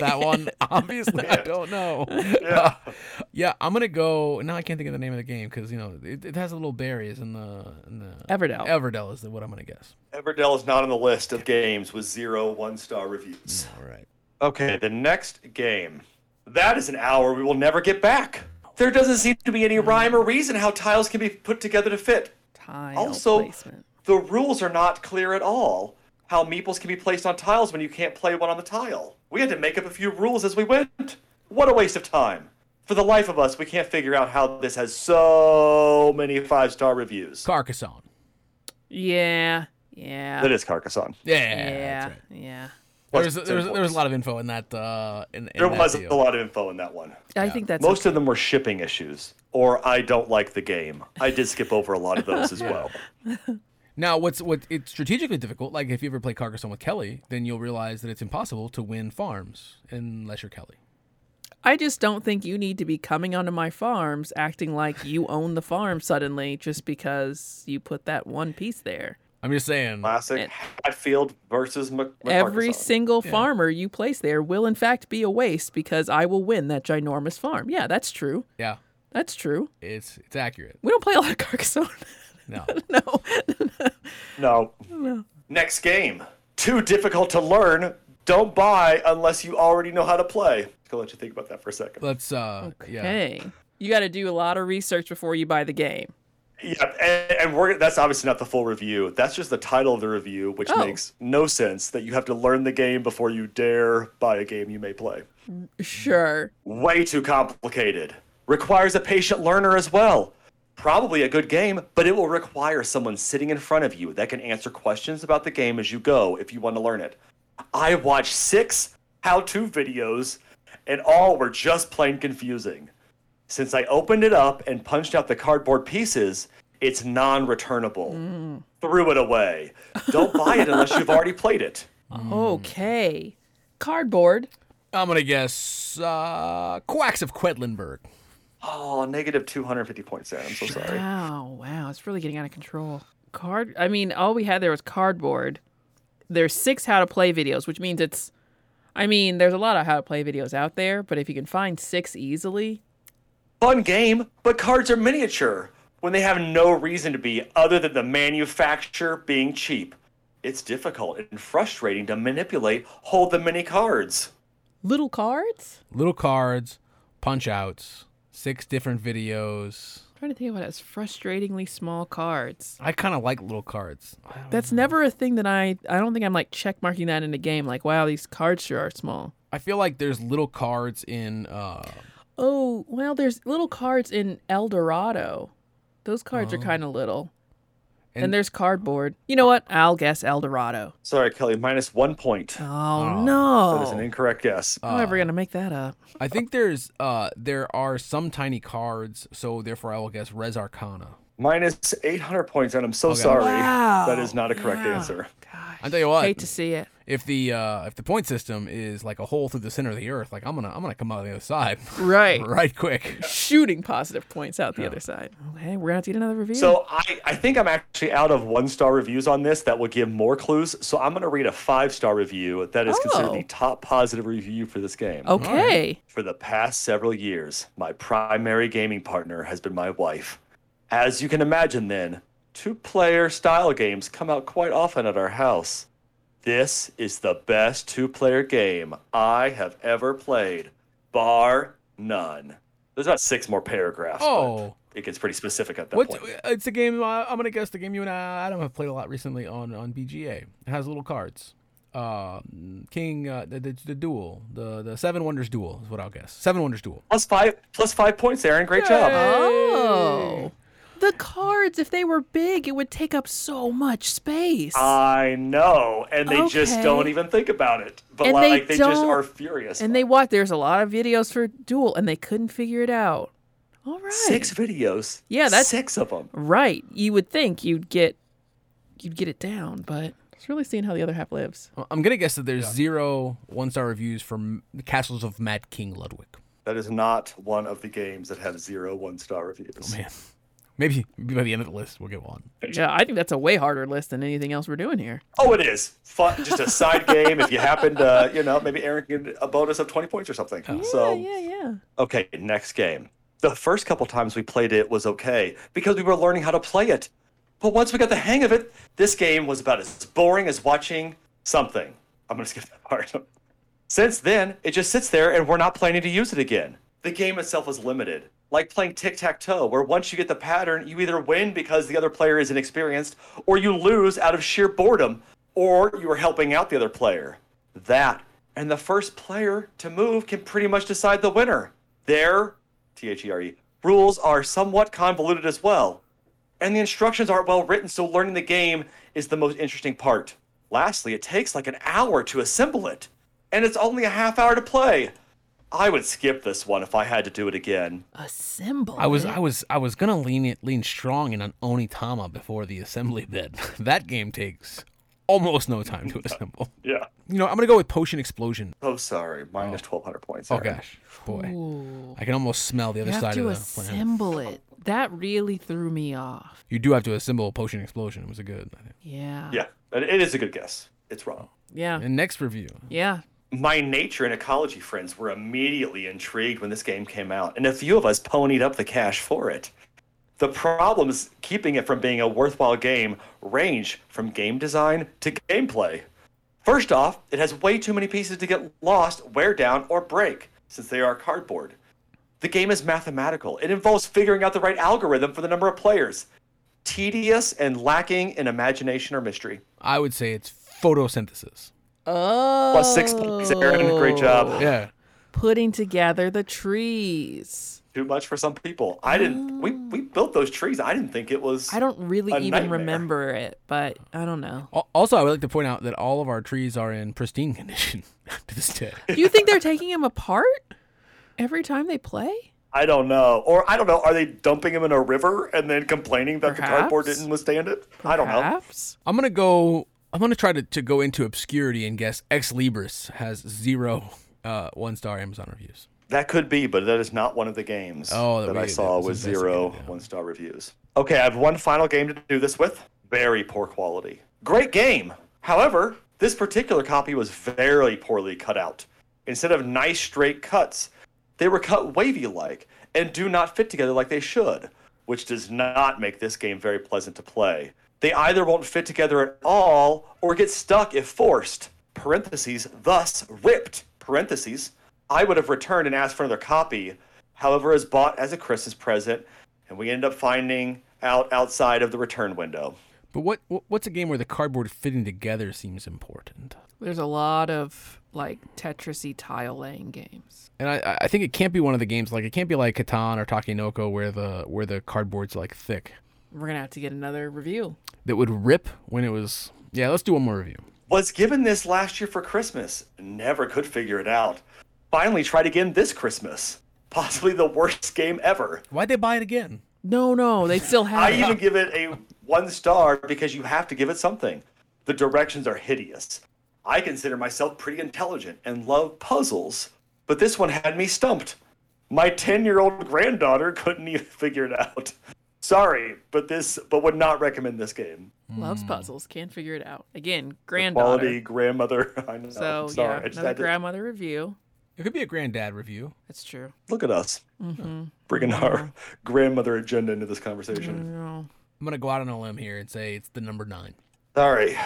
[SPEAKER 2] [LAUGHS]
[SPEAKER 3] that one. Obviously, I don't know. Yeah. yeah, I'm gonna go. Now I can't think of the name of the game because you know it, it has little berries in the in the
[SPEAKER 2] oh.
[SPEAKER 1] Everdell.
[SPEAKER 3] Everdell is what I'm gonna guess.
[SPEAKER 2] Everdell is not on the list of games with zero one star reviews.
[SPEAKER 3] All right.
[SPEAKER 2] Okay, the next game. That is an hour we will never get back. There doesn't seem to be any
[SPEAKER 3] Hmm.
[SPEAKER 2] rhyme or reason how tiles can be put together to fit.
[SPEAKER 1] Tile
[SPEAKER 2] Also-
[SPEAKER 1] placement.
[SPEAKER 2] The rules are not clear at all. How meeples can be placed on tiles when you can't play one on the tile. We had to make up a few rules as we went. What a waste of time. For the life of us, we can't figure out how this has so many five star reviews.
[SPEAKER 3] Carcassonne.
[SPEAKER 1] Yeah. Yeah.
[SPEAKER 2] That is Carcassonne.
[SPEAKER 3] Yeah.
[SPEAKER 1] yeah.
[SPEAKER 3] That's right.
[SPEAKER 1] Yeah.
[SPEAKER 3] There was, there, was,
[SPEAKER 2] Wasn't
[SPEAKER 3] there was a lot of info in that. Uh, in, in
[SPEAKER 2] There
[SPEAKER 3] that
[SPEAKER 2] was
[SPEAKER 3] deal.
[SPEAKER 2] a lot of info in that one.
[SPEAKER 1] I think that's
[SPEAKER 2] Most of them were shipping issues, or I don't like the game. I did skip over a lot of those
[SPEAKER 3] [LAUGHS]
[SPEAKER 2] as well.
[SPEAKER 3] Now, what's what? It's strategically difficult. Like if you ever play Carcassonne with Kelly, then you'll realize that it's impossible to win farms unless you're Kelly.
[SPEAKER 1] I just don't think you need to be coming onto my farms acting like you own the farm suddenly just because you put that one piece there.
[SPEAKER 3] I'm just saying.
[SPEAKER 2] Classic Hatfield versus Mc-
[SPEAKER 1] Every
[SPEAKER 2] McCarcassonne.
[SPEAKER 1] single farmer you place there will, in fact, be a waste because I will win that ginormous farm. Yeah, that's true.
[SPEAKER 3] Yeah,
[SPEAKER 1] That's true.
[SPEAKER 3] it's it's accurate.
[SPEAKER 1] We don't play a lot of [LAUGHS] Carcassonne.
[SPEAKER 3] No,
[SPEAKER 1] no.
[SPEAKER 2] No. Next game. Too difficult to learn. Don't buy unless you already know how to play. I'm gonna let you think about that for a second. [LAUGHS]
[SPEAKER 3] let's. Uh, Yeah.
[SPEAKER 1] Hey, you got to do a lot of research before you buy the game.
[SPEAKER 2] Yeah, and, and we're that's obviously not the full review. That's just the title of the review, which
[SPEAKER 1] Oh.
[SPEAKER 2] makes no sense that you have to learn the game before you dare buy a game you may play.
[SPEAKER 1] Sure.
[SPEAKER 2] Way too complicated. Requires a patient learner as well. Probably a good game, but it will require someone sitting in front of you that can answer questions about the game as you go if you want to learn it. I watched six how to videos, and all were just plain confusing. Since I opened it up and punched out the cardboard pieces, it's non returnable. Threw it away. Don't buy it unless you've already played it.
[SPEAKER 1] Okay. Cardboard.
[SPEAKER 3] I'm gonna guess uh, Quacks of Quedlinburg.
[SPEAKER 2] Oh, negative 250 points, Sam. I'm so sorry.
[SPEAKER 1] Wow, wow, it's really getting out of control. Card I mean, all we had there was cardboard. There's six how to play videos, which means it's I mean, there's a lot of how to play videos out there, but if you can find six easily,
[SPEAKER 2] fun game, but cards are miniature when they have no reason to be other than the manufacturer being cheap. It's difficult and frustrating to manipulate hold the mini cards.
[SPEAKER 1] little cards?
[SPEAKER 3] Little cards, punch outs, six different videos.
[SPEAKER 1] I'm trying to think of what as frustratingly small cards.
[SPEAKER 3] I kind of like little cards.
[SPEAKER 1] That's never a thing that I I don't think I'm like check marking that in a game like, wow, these cards sure are small.
[SPEAKER 3] I feel like there's little cards in. Uh,
[SPEAKER 1] Oh, well, there's little cards in El Dorado. Those cards are kind of little. And,
[SPEAKER 3] And-
[SPEAKER 1] there's cardboard. You know what? I'll guess El Dorado.
[SPEAKER 2] Sorry, Kelly, minus one point.
[SPEAKER 1] Oh,
[SPEAKER 2] That is an Oh.
[SPEAKER 1] no.
[SPEAKER 2] incorrect guess.
[SPEAKER 1] How am I ever going to make that up?
[SPEAKER 3] I think there's. Uh, there are some tiny cards, so therefore I will guess Res Arcana.
[SPEAKER 2] Minus 800 points, and I'm so
[SPEAKER 3] Okay.
[SPEAKER 2] sorry.
[SPEAKER 1] Wow.
[SPEAKER 2] That is not a correct
[SPEAKER 1] Yeah.
[SPEAKER 2] answer.
[SPEAKER 1] Gosh.
[SPEAKER 3] I tell you what.
[SPEAKER 1] Hate to see it.
[SPEAKER 3] if the uh, if the point system is like a hole through the center of the earth, like I'm gonna I'm gonna come out the other side
[SPEAKER 1] Right.
[SPEAKER 3] [LAUGHS] right quick.
[SPEAKER 1] Shooting positive points out the other side. Okay, we're going to have to get another review.
[SPEAKER 2] So I, I think I'm actually out of one star reviews on this that will give more clues. So I'm going to read a five star review that is considered
[SPEAKER 1] Oh.
[SPEAKER 2] the top positive review for this game.
[SPEAKER 1] okay.
[SPEAKER 2] For the past several years, my primary gaming partner has been my wife. As you can imagine, then, two player style games come out quite often at our house. This is the best two player game I have ever played, bar none. There's about six more paragraphs. but
[SPEAKER 3] Oh.
[SPEAKER 2] It gets pretty specific at that
[SPEAKER 3] What's
[SPEAKER 2] point.
[SPEAKER 3] it's a game uh, I'm gonna guess the game you and I Adam have played a lot recently on on BGA. It has little cards. Uh, King uh, the, the the duel the the Seven Wonders duel is what I'll guess. Seven Wonders duel.
[SPEAKER 2] Plus five, plus five points, Aaron. Great job.
[SPEAKER 1] Oh. The cards, if they were big, it would take up so much space.
[SPEAKER 2] I know, and they just
[SPEAKER 1] Okay.
[SPEAKER 2] don't even think about it. But
[SPEAKER 1] And they
[SPEAKER 2] like, they, just
[SPEAKER 1] don't-
[SPEAKER 2] are furious.
[SPEAKER 1] and
[SPEAKER 2] by
[SPEAKER 1] they
[SPEAKER 2] it.
[SPEAKER 1] watch. There's a lot of videos for Duel, and they couldn't figure it out. All right.
[SPEAKER 2] six videos.
[SPEAKER 1] Yeah, that's-
[SPEAKER 2] six of them.
[SPEAKER 1] Right. You would think you'd get you'd get it down, but it's really seeing how the other half lives.
[SPEAKER 3] Uh, I'm gonna guess that there's zero one star reviews from the Castles of Mad King Ludwig.
[SPEAKER 2] That is not one of the games that have zero one star reviews.
[SPEAKER 3] Man, Maybe by the end of the list, we'll get one.
[SPEAKER 1] Yeah, I think that's a way harder list than anything else we're doing here.
[SPEAKER 2] Oh, it is fun. Just a side game. If you happen to, you know, maybe Aaron can get a bonus of twenty points or something.
[SPEAKER 1] Oh.
[SPEAKER 2] so
[SPEAKER 1] yeah, yeah, yeah.
[SPEAKER 2] Okay, next game. The first couple times we played it was okay because we were learning how to play it. But once we got the hang of it, this game was about as boring as watching something. I'm going to skip that part. Since then, it just sits there and we're not planning to use it again. The game itself was limited, like playing tic tac toe, where once you get the pattern, you either win because the other player is inexperienced, or you lose out of sheer boredom, or you are helping out the other player. That, and the first player to move can pretty much decide the winner. Their, T H E R E, rules are somewhat convoluted as well and the instructions aren't well written, so learning the game is the most interesting part. Lastly, it takes like an hour to assemble it, and it's only a half hour to play. I would skip this one if I had to do it again.
[SPEAKER 1] A symbol.
[SPEAKER 3] I was
[SPEAKER 1] eh?
[SPEAKER 3] I was I was gonna lean it lean strong in on Onitama before the assembly bid. [LAUGHS] that game takes almost no time to assemble.
[SPEAKER 2] Yeah.
[SPEAKER 3] You know, I'm gonna go with Potion Explosion.
[SPEAKER 2] Oh, sorry. Minus 1,200 points.
[SPEAKER 3] Oh
[SPEAKER 2] Aaron.
[SPEAKER 3] gosh, boy,
[SPEAKER 1] Ooh.
[SPEAKER 3] I can almost smell the other
[SPEAKER 1] You have
[SPEAKER 3] side
[SPEAKER 1] to
[SPEAKER 3] of the plan.
[SPEAKER 1] assemble it. That really threw me off.
[SPEAKER 3] You do have to assemble Potion Explosion. It was a good. I think.
[SPEAKER 1] Yeah.
[SPEAKER 2] Yeah. but It is a good guess. It's wrong.
[SPEAKER 1] Yeah.
[SPEAKER 3] And next review.
[SPEAKER 1] Yeah.
[SPEAKER 2] My nature and ecology friends were immediately intrigued when this game came out, and a few of us ponied up the cash for it. The problems keeping it from being a worthwhile game range from game design to gameplay. First off, it has way too many pieces to get lost, wear down, or break, since they are cardboard. The game is mathematical. It involves figuring out the right algorithm for the number of players. Tedious and lacking in imagination or mystery.
[SPEAKER 3] I would say it's photosynthesis.
[SPEAKER 1] Oh.
[SPEAKER 2] Plus six points, Aaron. Great job.
[SPEAKER 3] Yeah.
[SPEAKER 1] Putting together the trees.
[SPEAKER 2] too much for some people. I didn't. We we built those trees. I didn't think it was.
[SPEAKER 1] Oh. I don't really
[SPEAKER 2] A
[SPEAKER 1] even
[SPEAKER 2] nightmare.
[SPEAKER 1] remember it, but I don't know.
[SPEAKER 3] Al- Also, I would like to point out that all of our trees are in pristine [LAUGHS] condition to this day.
[SPEAKER 1] You think they're taking him apart every time they play?
[SPEAKER 2] I don't know. Or I don't know. Are they dumping them in a river and then complaining that the cardboard
[SPEAKER 1] Perhaps.
[SPEAKER 2] didn't withstand it? I don't know.
[SPEAKER 1] Perhaps?
[SPEAKER 3] I'm gonna go. I'm gonna try to, to go into obscurity and guess Ex Libris has zero uh, one star Amazon reviews.
[SPEAKER 2] That could be, but that is not one of the games
[SPEAKER 3] Oh, that
[SPEAKER 2] that,
[SPEAKER 3] we-
[SPEAKER 2] I saw
[SPEAKER 3] that was
[SPEAKER 2] with zero
[SPEAKER 3] investigated, yeah.
[SPEAKER 2] one star reviews. Okay, I have one final game to do this with. Very poor quality. Great game. However, this particular copy was very poorly cut out. Instead of nice straight cuts, they were cut wavy like and do not fit together like they should, which does not make this game very pleasant to play. They either won't fit together at all or get stuck if forced. Parentheses, thus ripped. Parentheses. I would have returned and asked for another copy. However, it was bought as a Christmas present, and we ended up finding out outside of the return window.
[SPEAKER 3] But what, what what's a game where the cardboard fitting together seems important?
[SPEAKER 1] There's a lot of like Tetrisy tile laying games.
[SPEAKER 3] And I, I think it can't be one of the games like it can't be like Catan or Takenoko where the where the cardboard's like thick
[SPEAKER 1] We're gonna have to get another review.
[SPEAKER 3] that would rip when it was. Yeah, let's do one more review.
[SPEAKER 2] Was given this last year for Christmas. Never could figure it out. Finally tried again this Christmas. Possibly the worst game ever.
[SPEAKER 3] Why'd they buy it again?
[SPEAKER 1] No, no, they still
[SPEAKER 2] [LAUGHS] I
[SPEAKER 1] have. it.
[SPEAKER 2] even give it a one star because you have to give it something. The directions are hideous. I consider myself pretty intelligent and love puzzles, but this one had me stumped. My 10 year old granddaughter couldn't even [LAUGHS] figure it out. Sorry, but this, but would not recommend this game.
[SPEAKER 1] Loves puzzles, can't figure it out. Again,
[SPEAKER 2] The
[SPEAKER 1] granddaughter.
[SPEAKER 2] Quality grandmother. [LAUGHS] I know.
[SPEAKER 1] So
[SPEAKER 2] sorry. I
[SPEAKER 1] yeah,
[SPEAKER 2] just
[SPEAKER 1] another
[SPEAKER 2] had to-
[SPEAKER 1] grandmother review.
[SPEAKER 3] It could be a granddad review.
[SPEAKER 1] That's true.
[SPEAKER 2] look at us
[SPEAKER 1] Mm-hmm.
[SPEAKER 2] bringing our grandmother agenda into this conversation.
[SPEAKER 1] No.
[SPEAKER 3] I'm gonna go out on a limb here and say it's the number nine.
[SPEAKER 2] Sorry.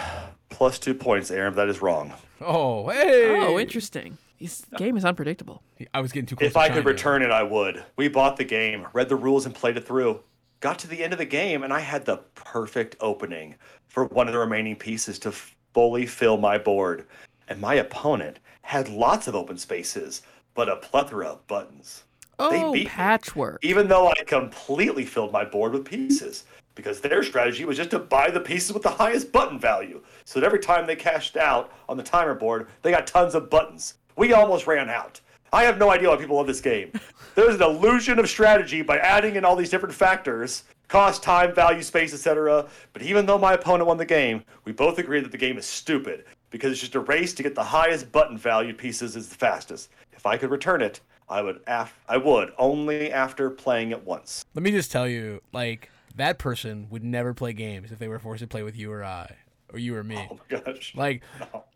[SPEAKER 2] Plus two points, Aaron. but That is wrong.
[SPEAKER 3] Oh, hey!
[SPEAKER 1] Oh, interesting. This game is unpredictable.
[SPEAKER 3] I was getting too close.
[SPEAKER 2] If
[SPEAKER 3] to
[SPEAKER 2] I
[SPEAKER 3] China.
[SPEAKER 2] could return it, I would. We bought the game, read the rules, and played it through. Got to the end of the game, and I had the perfect opening for one of the remaining pieces to fully fill my board. And my opponent had lots of open spaces, but a plethora of buttons.
[SPEAKER 1] Oh,
[SPEAKER 2] beat me.
[SPEAKER 1] patchwork.
[SPEAKER 2] Even though I completely filled my board with pieces, because their strategy was just to buy the pieces with the highest button value. So that every time they cashed out on the timer board, they got tons of buttons. We almost ran out. I have no idea why people love this game. There's an illusion of strategy by adding in all these different factors cost, time, value, space, etc. But even though my opponent won the game, we both agreed that the game is stupid because it's just a race to get the highest button value pieces is the fastest. If I could return it, I would af- I would only after playing it once. [LAUGHS]
[SPEAKER 3] Let me just tell you, like that person would never play games if they were forced to play with you or I or you or me.
[SPEAKER 2] Oh my gosh.
[SPEAKER 3] Like,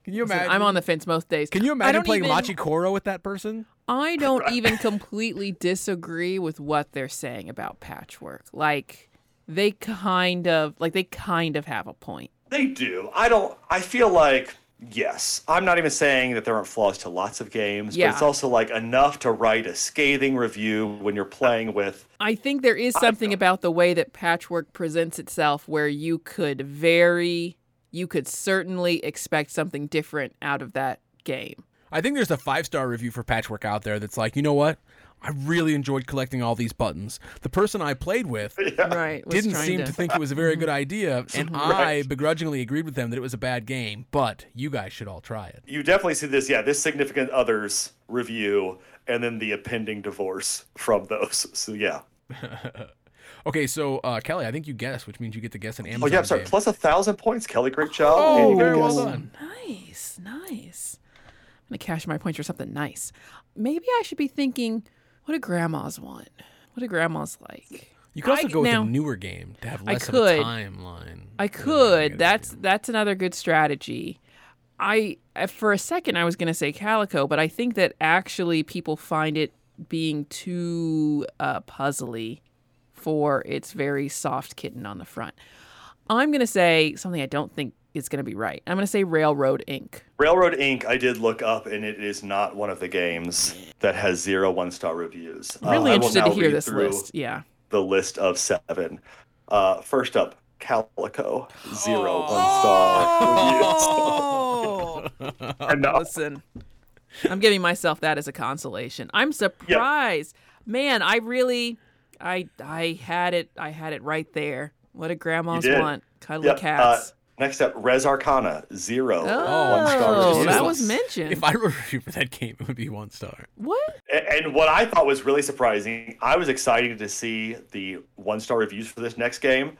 [SPEAKER 3] can you imagine?
[SPEAKER 1] I'm on the fence most days.
[SPEAKER 3] can
[SPEAKER 1] I
[SPEAKER 3] you imagine
[SPEAKER 1] don't
[SPEAKER 3] playing
[SPEAKER 1] even,
[SPEAKER 3] Machikoro with that person?
[SPEAKER 1] I don't
[SPEAKER 2] [LAUGHS]
[SPEAKER 1] even completely disagree with what they're saying about patchwork. Like they kind of like they kind of have a point.
[SPEAKER 2] They do. I don't. I feel like yes. I'm not even saying that there aren't flaws to lots of games,
[SPEAKER 1] Yeah.
[SPEAKER 2] but it's also like enough to write a scathing review when you're playing with.
[SPEAKER 1] I think there is something about the way that patchwork presents itself where you could vary, you could certainly expect something different out of that game.
[SPEAKER 3] I think there's a five star review for Patchwork out there that's like, you know what? I really enjoyed collecting all these buttons. The person I played with
[SPEAKER 1] Right. was
[SPEAKER 3] didn't
[SPEAKER 1] trying
[SPEAKER 3] seem to think it was a
[SPEAKER 1] [LAUGHS]
[SPEAKER 3] very good idea, and I
[SPEAKER 2] Right.
[SPEAKER 3] begrudgingly agreed with them that it was a bad game, but you guys should all try it.
[SPEAKER 2] You definitely see this. Yeah, this significant others review, and then the impending divorce from those. [LAUGHS] So yeah.
[SPEAKER 3] Okay, so uh, Kelly, I think you guessed, which means you get to guess an
[SPEAKER 2] Oh
[SPEAKER 3] Amazon
[SPEAKER 2] yeah. I'm sorry.
[SPEAKER 3] game.
[SPEAKER 2] Plus a thousand points, Kelly. Great job. And
[SPEAKER 3] oh,
[SPEAKER 2] you
[SPEAKER 3] very well
[SPEAKER 2] guess-
[SPEAKER 3] done.
[SPEAKER 1] Nice, nice. I'm gonna cash my points for something nice. Maybe I should be thinking, what do grandmas want? What do grandmas like?
[SPEAKER 3] You could also
[SPEAKER 1] I-
[SPEAKER 3] go with
[SPEAKER 1] now-
[SPEAKER 3] a newer game to have
[SPEAKER 1] I
[SPEAKER 3] less of a
[SPEAKER 1] could.
[SPEAKER 3] timeline.
[SPEAKER 1] I could. That's that's another good strategy. I uh, for a second I was going to say calico, but I think that actually people find it being too uh, puzzly for its very soft kitten on the front. I'm going to say something I don't think is going to be right. I'm going to say Railroad Inc.
[SPEAKER 2] Railroad Inc. I did look up, and it is not one of the games that has zero one-star reviews. Uh,
[SPEAKER 1] I'm really
[SPEAKER 2] I will
[SPEAKER 1] interested to
[SPEAKER 2] now
[SPEAKER 1] hear
[SPEAKER 2] read
[SPEAKER 1] this
[SPEAKER 2] through
[SPEAKER 1] list. Yeah.
[SPEAKER 2] the list of seven. Uh, first up, Calico, zero one [LAUGHS] star
[SPEAKER 1] Oh,
[SPEAKER 2] reviews. I know.
[SPEAKER 1] listen. I'm giving myself that as a consolation. I'm surprised. Man, I really I I had it I had it right there. What do grandmas
[SPEAKER 2] You did.
[SPEAKER 1] want? Cuddly
[SPEAKER 2] Yep, uh,
[SPEAKER 1] cats.
[SPEAKER 2] next up, Res Arcana, zero one star
[SPEAKER 1] oh,
[SPEAKER 2] reviews.
[SPEAKER 1] that was mentioned.
[SPEAKER 3] If I were to review for that game, it would be one star.
[SPEAKER 1] what?
[SPEAKER 2] A- And what I thought was really surprising, I was excited to see the one star reviews for this next game.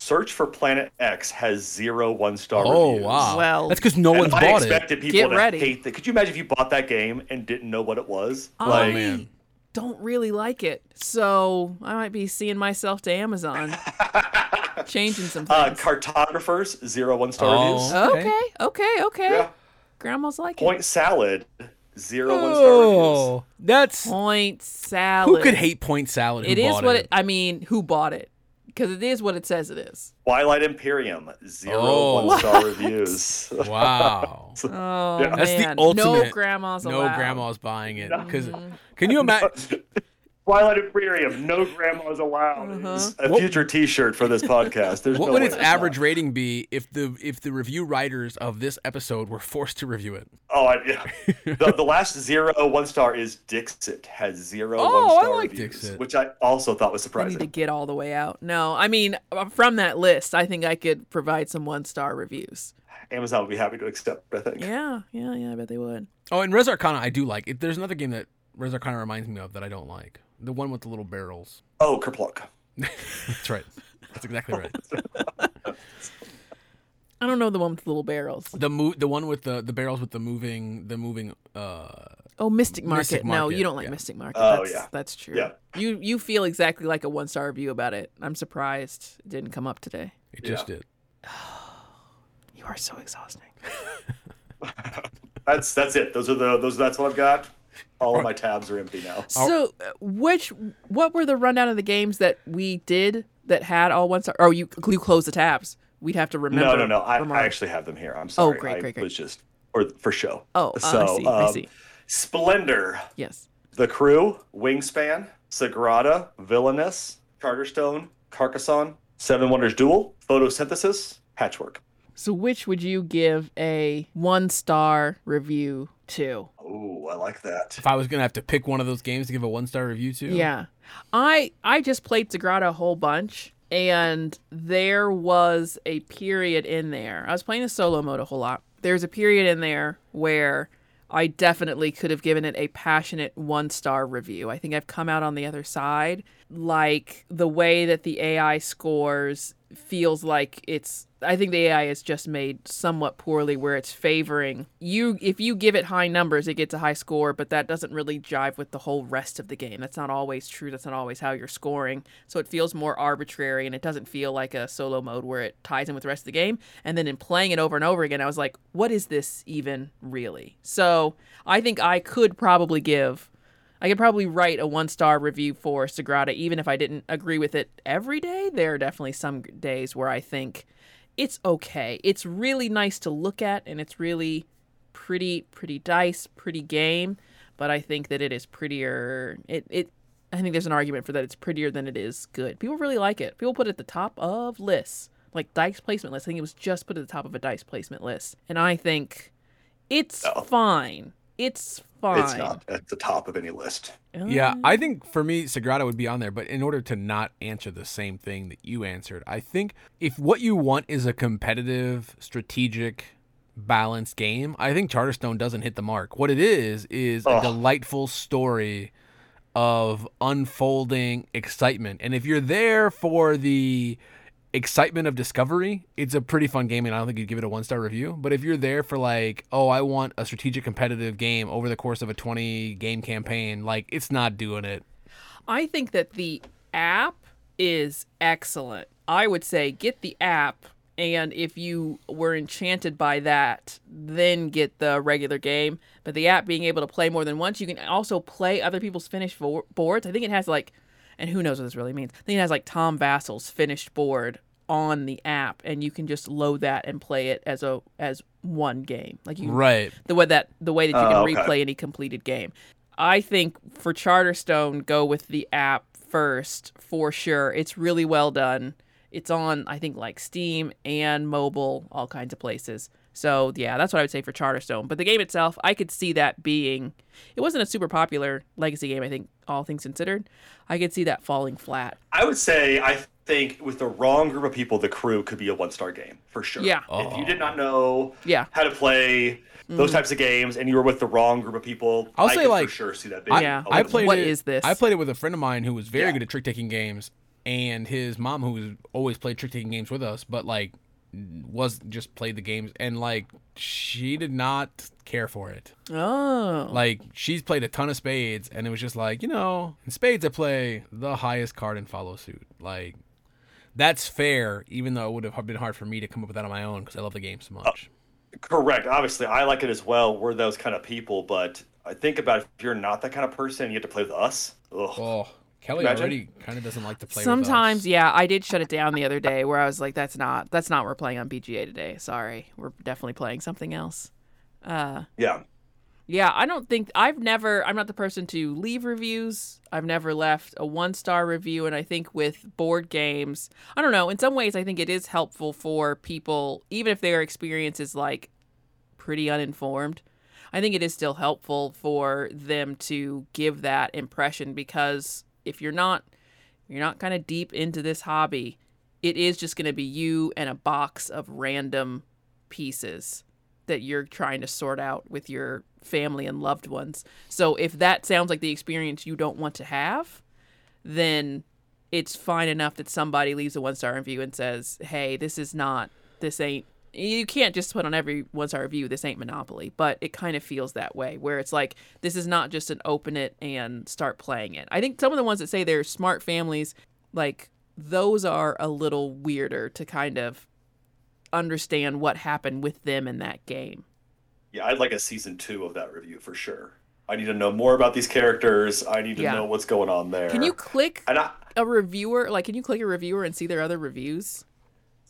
[SPEAKER 2] Search for Planet X has zero one star
[SPEAKER 3] Oh
[SPEAKER 2] reviews.
[SPEAKER 3] wow!
[SPEAKER 1] Well-
[SPEAKER 3] that's because no
[SPEAKER 2] And
[SPEAKER 3] one's
[SPEAKER 2] I
[SPEAKER 3] bought it.
[SPEAKER 2] expected people
[SPEAKER 1] Get
[SPEAKER 2] to
[SPEAKER 1] ready.
[SPEAKER 2] hate that. Could you imagine if you bought that game and didn't know what it was?
[SPEAKER 1] I
[SPEAKER 2] like,
[SPEAKER 3] Oh, man.
[SPEAKER 1] don't really like it. So I might be seeing myself to
[SPEAKER 2] [LAUGHS]
[SPEAKER 1] Amazon. changing some
[SPEAKER 2] uh,
[SPEAKER 1] things.
[SPEAKER 2] cartographers, zero one star
[SPEAKER 3] Oh.
[SPEAKER 2] reviews.
[SPEAKER 1] okay, okay, okay.
[SPEAKER 2] Yeah.
[SPEAKER 1] Grandma's like it.
[SPEAKER 2] Point salad, zero one
[SPEAKER 1] Oh.
[SPEAKER 2] star reviews.
[SPEAKER 3] that's
[SPEAKER 1] Point salad.
[SPEAKER 3] who could hate point salad. Who
[SPEAKER 1] It is
[SPEAKER 3] bought
[SPEAKER 1] what
[SPEAKER 3] it.
[SPEAKER 1] it, I mean. Who bought it? Because it is what it says it is.
[SPEAKER 2] Twilight Imperium, zero
[SPEAKER 3] Oh.
[SPEAKER 2] one star reviews. [LAUGHS]
[SPEAKER 1] [LAUGHS]
[SPEAKER 3] Wow,
[SPEAKER 1] Oh
[SPEAKER 2] Yeah.
[SPEAKER 3] that's
[SPEAKER 1] man,
[SPEAKER 3] the ultimate.
[SPEAKER 1] no grandmas
[SPEAKER 3] No
[SPEAKER 1] allowed. Mm.
[SPEAKER 3] grandma's buying it because can you imagine?
[SPEAKER 2] Twilight Imperium, no grandmas allowed.
[SPEAKER 1] Uh-huh.
[SPEAKER 2] is A
[SPEAKER 3] What-
[SPEAKER 2] future T-shirt for this podcast. There's
[SPEAKER 3] What
[SPEAKER 2] no
[SPEAKER 3] would
[SPEAKER 2] way
[SPEAKER 3] its
[SPEAKER 2] it's not.
[SPEAKER 3] average rating be if the if the review writers of this episode were forced to review it?
[SPEAKER 2] Oh, I,
[SPEAKER 3] [LAUGHS]
[SPEAKER 2] yeah. the, the last zero one star is Dixit has zero
[SPEAKER 3] Oh,
[SPEAKER 2] one star
[SPEAKER 3] I like
[SPEAKER 2] reviews,
[SPEAKER 3] Dixit.
[SPEAKER 2] which I also thought was
[SPEAKER 1] I need to
[SPEAKER 2] surprising.
[SPEAKER 1] get all the way out. No, I mean uh, from that list, I think I could provide some one star reviews.
[SPEAKER 2] Amazon would be happy to accept. I think.
[SPEAKER 1] Yeah, yeah, yeah. I bet they would.
[SPEAKER 3] Oh, and Res Arcana, I do like. It, there's another game that Res Arcana reminds me of that I don't like. The one with the little barrels.
[SPEAKER 2] Oh, Kerplunk.
[SPEAKER 3] That's right. That's exactly
[SPEAKER 2] [LAUGHS]
[SPEAKER 3] right.
[SPEAKER 1] I don't know the one with the little barrels.
[SPEAKER 3] The mo- the one with the the barrels with the moving the moving. Uh,
[SPEAKER 1] Oh, Mystic Market.
[SPEAKER 3] Mystic
[SPEAKER 1] no,
[SPEAKER 3] Market,
[SPEAKER 1] you don't like
[SPEAKER 3] yeah.
[SPEAKER 1] Mystic Market.
[SPEAKER 2] Oh,
[SPEAKER 1] that's,
[SPEAKER 2] yeah.
[SPEAKER 1] that's true.
[SPEAKER 2] Yeah.
[SPEAKER 1] You you feel exactly like a one star review about it. I'm surprised it didn't come up today.
[SPEAKER 3] it just did.
[SPEAKER 1] You are so exhausting.
[SPEAKER 2] That's that's it. Those are the those. That's what I've got. All of my tabs are empty now.
[SPEAKER 1] So, uh, which what were the rundown of the games that we did that had all one star? Oh, you you closed the tabs. We'd have to remember.
[SPEAKER 2] No, no, no. I,
[SPEAKER 1] from
[SPEAKER 2] I
[SPEAKER 1] our-
[SPEAKER 2] actually have them here. I'm sorry.
[SPEAKER 1] great,
[SPEAKER 2] I
[SPEAKER 1] great, great.
[SPEAKER 2] was just or for show.
[SPEAKER 1] Oh, uh, I see. I
[SPEAKER 2] um,
[SPEAKER 1] see.
[SPEAKER 2] Splendor,
[SPEAKER 1] Yes.
[SPEAKER 2] The Crew, Wingspan, Sagrada, Villainous, Charterstone, Carcassonne, Seven Wonders Duel, Photosynthesis, Patchwork.
[SPEAKER 1] So, which would you give a one star review to?
[SPEAKER 2] Oh, I like that.
[SPEAKER 3] If I was gonna have to pick one of those games to give a one star review to,
[SPEAKER 1] Yeah. I I just played Sagrada a whole bunch and there was a period in there. I was playing the solo mode a whole lot. There's a period in there where I definitely could have given it a passionate one star review. I think I've come out on the other side. Like the way that the AI scores feels like it's I think the AI is just made somewhat poorly where it's favoring you if you give it high numbers it gets a high score but that doesn't really jive with the whole rest of the game. That's not always true. That's not always how you're scoring. So it feels more arbitrary and it doesn't feel like a solo mode where it ties in with the rest of the game. And then in playing it over and over again I was like, what is this even really? So I think I could probably give I could probably write a one star review for Sagrada, even if I didn't agree with it every day. There are definitely some days where I think it's okay. It's really nice to look at, and it's really pretty, pretty dice, pretty game. But I think that it is prettier. It, it, I think there's an argument for that. It's prettier than it is good. People really like it. People put it at the top of lists, like dice placement lists. I think it was just put at the top of a dice placement list, and I think it's
[SPEAKER 2] No.
[SPEAKER 1] fine. It's fine.
[SPEAKER 2] Oh. It's not at the top of any list.
[SPEAKER 3] Yeah,
[SPEAKER 1] Mm.
[SPEAKER 3] I think for me, Sagrada would be on there, but in order to not answer the same thing that you answered, I think if what you want is a competitive, strategic, balanced game, I think Charterstone doesn't hit the mark. What it is, is a
[SPEAKER 2] Ugh.
[SPEAKER 3] delightful story of unfolding excitement. And if you're there for the excitement of discovery, it's a pretty fun game, and I don't think you'd give it a one star review. But if you're there for like, oh, I want a strategic competitive game over the course of a 20 game campaign, like it's not doing it.
[SPEAKER 1] I think that the app is excellent. I would say get the app, and if you were enchanted by that, then get the regular game. But the app being able to play more than once, you can also play other people's finished vo- boards. I think it has like, and who knows what this really means. I think it has like Tom Vassel's finished board on the app, and you can just load that and play it as a as one game. Like you
[SPEAKER 3] Right.
[SPEAKER 1] the way that the way that you can
[SPEAKER 2] Oh, okay.
[SPEAKER 1] replay any completed game. I think for Charterstone, go with the app first for sure. It's really well done. It's on I think like Steam and mobile, all kinds of places. So yeah, that's what I would say for Charterstone. But the game itself, I could see that being. It wasn't a super popular legacy game. I think all things considered, I could see that falling flat.
[SPEAKER 2] I would say I think with the wrong group of people, the crew could be a one star game for sure.
[SPEAKER 1] Yeah.
[SPEAKER 2] If you did not know
[SPEAKER 1] Yeah.
[SPEAKER 2] how to play those types of games and you were with the wrong group of people,
[SPEAKER 3] I'll
[SPEAKER 2] I
[SPEAKER 3] say,
[SPEAKER 2] could
[SPEAKER 3] like,
[SPEAKER 2] for sure see that.
[SPEAKER 1] I-
[SPEAKER 2] being
[SPEAKER 1] Yeah.
[SPEAKER 2] a
[SPEAKER 3] I
[SPEAKER 2] one-star.
[SPEAKER 3] played
[SPEAKER 1] Oh, What
[SPEAKER 3] it,
[SPEAKER 1] is this?
[SPEAKER 3] I played it with a friend of mine who was very
[SPEAKER 2] Yeah.
[SPEAKER 3] good at trick taking games, and his mom who was always played trick taking games with us, but like was just played the games and like she did not care for it.
[SPEAKER 1] Oh.
[SPEAKER 3] Like she's played a ton of spades, and it was just like you know, in spades I play the highest card and follow suit. Like that's fair, even though it would have been hard for me to come up with that on my own because I love the game so much.
[SPEAKER 2] Correct. Obviously, I like it as well. We're those kind of people, but I think about if you're not that kind of person and you have to play with us. Ugh.
[SPEAKER 3] Oh, Kelly
[SPEAKER 2] Imagine.
[SPEAKER 3] already kind of doesn't like to play. with us.
[SPEAKER 1] Uh, Sometimes, yeah, I did shut it down the other day where I was like, "That's not that's not we're playing on BGA today. Sorry, we're definitely playing something else." Uh,
[SPEAKER 2] yeah.
[SPEAKER 1] Yeah, I don't think I've never. I'm not the person to leave reviews. I've never left a one star review, and I think with board games, I don't know. In some ways, I think it is helpful for people, even if their experience is like pretty uninformed. I think it is still helpful for them to give that impression because if you're not you're not kind of deep into this hobby, it is just going to be you and a box of random pieces that you're trying to sort out with your family and loved ones. So if that sounds like the experience you don't want to have, then it's fine enough that somebody leaves a one star review and says, "Hey, this is not this ain't you can't just put on every one star review this ain't Monopoly." But it kind of feels that way where it's like this is not just an open it and start playing it. I think some of the ones that say they're smart families like those are a little weirder to kind of understand what happened with them in that game.
[SPEAKER 2] Yeah. I'd like a season two of that review for sure. I need to know more about these characters. I need to
[SPEAKER 1] Yeah.
[SPEAKER 2] know what's going on there.
[SPEAKER 1] Can you click
[SPEAKER 2] And I,
[SPEAKER 1] a reviewer? Like, can you click a reviewer and see their other reviews?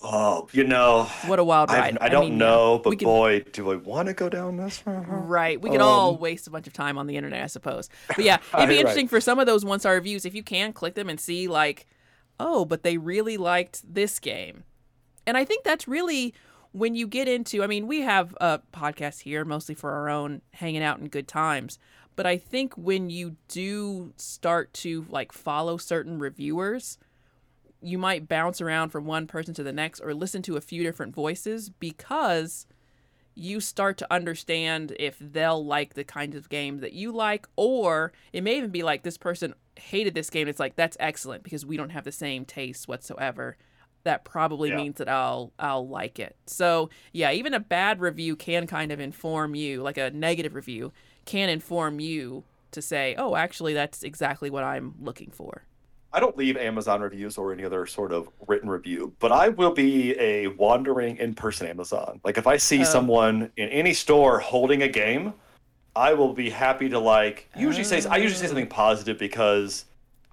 [SPEAKER 2] oh, you know,
[SPEAKER 1] What a wild
[SPEAKER 2] I,
[SPEAKER 1] ride!
[SPEAKER 2] I don't
[SPEAKER 1] mean, yeah,
[SPEAKER 2] know, but
[SPEAKER 1] we could,
[SPEAKER 2] boy, do I want to go down this road.
[SPEAKER 1] right, we could all waste a bunch of time on the internet, I suppose. But
[SPEAKER 2] [LAUGHS]
[SPEAKER 1] yeah, it'd be
[SPEAKER 2] Um, Right.
[SPEAKER 1] interesting for some of those one-star reviews if you can click them and see, like, oh, but they really liked this game. And I think that's really when you get into, I mean, we have a podcast here mostly for our own hanging out and good times. But I think when you do start to like follow certain reviewers, you might bounce around from one person to the next or listen to a few different voices because you start to understand if they'll like the kinds of game that you like or it may even be like this person hated this game it's like that's excellent because we don't have the same tastes whatsoever that probably
[SPEAKER 2] Yeah.
[SPEAKER 1] means that I'll I'll like it. So yeah, even a bad review can kind of inform you, like a negative review can inform you to say, oh, actually, that's exactly what I'm looking for.
[SPEAKER 2] I don't leave Amazon reviews or any other sort of written review, but I will be a wandering in person Amazon. Like if I see
[SPEAKER 1] Oh.
[SPEAKER 2] someone in any store holding a game, I will be happy to like usually say I usually say
[SPEAKER 1] Oh.
[SPEAKER 2] something positive because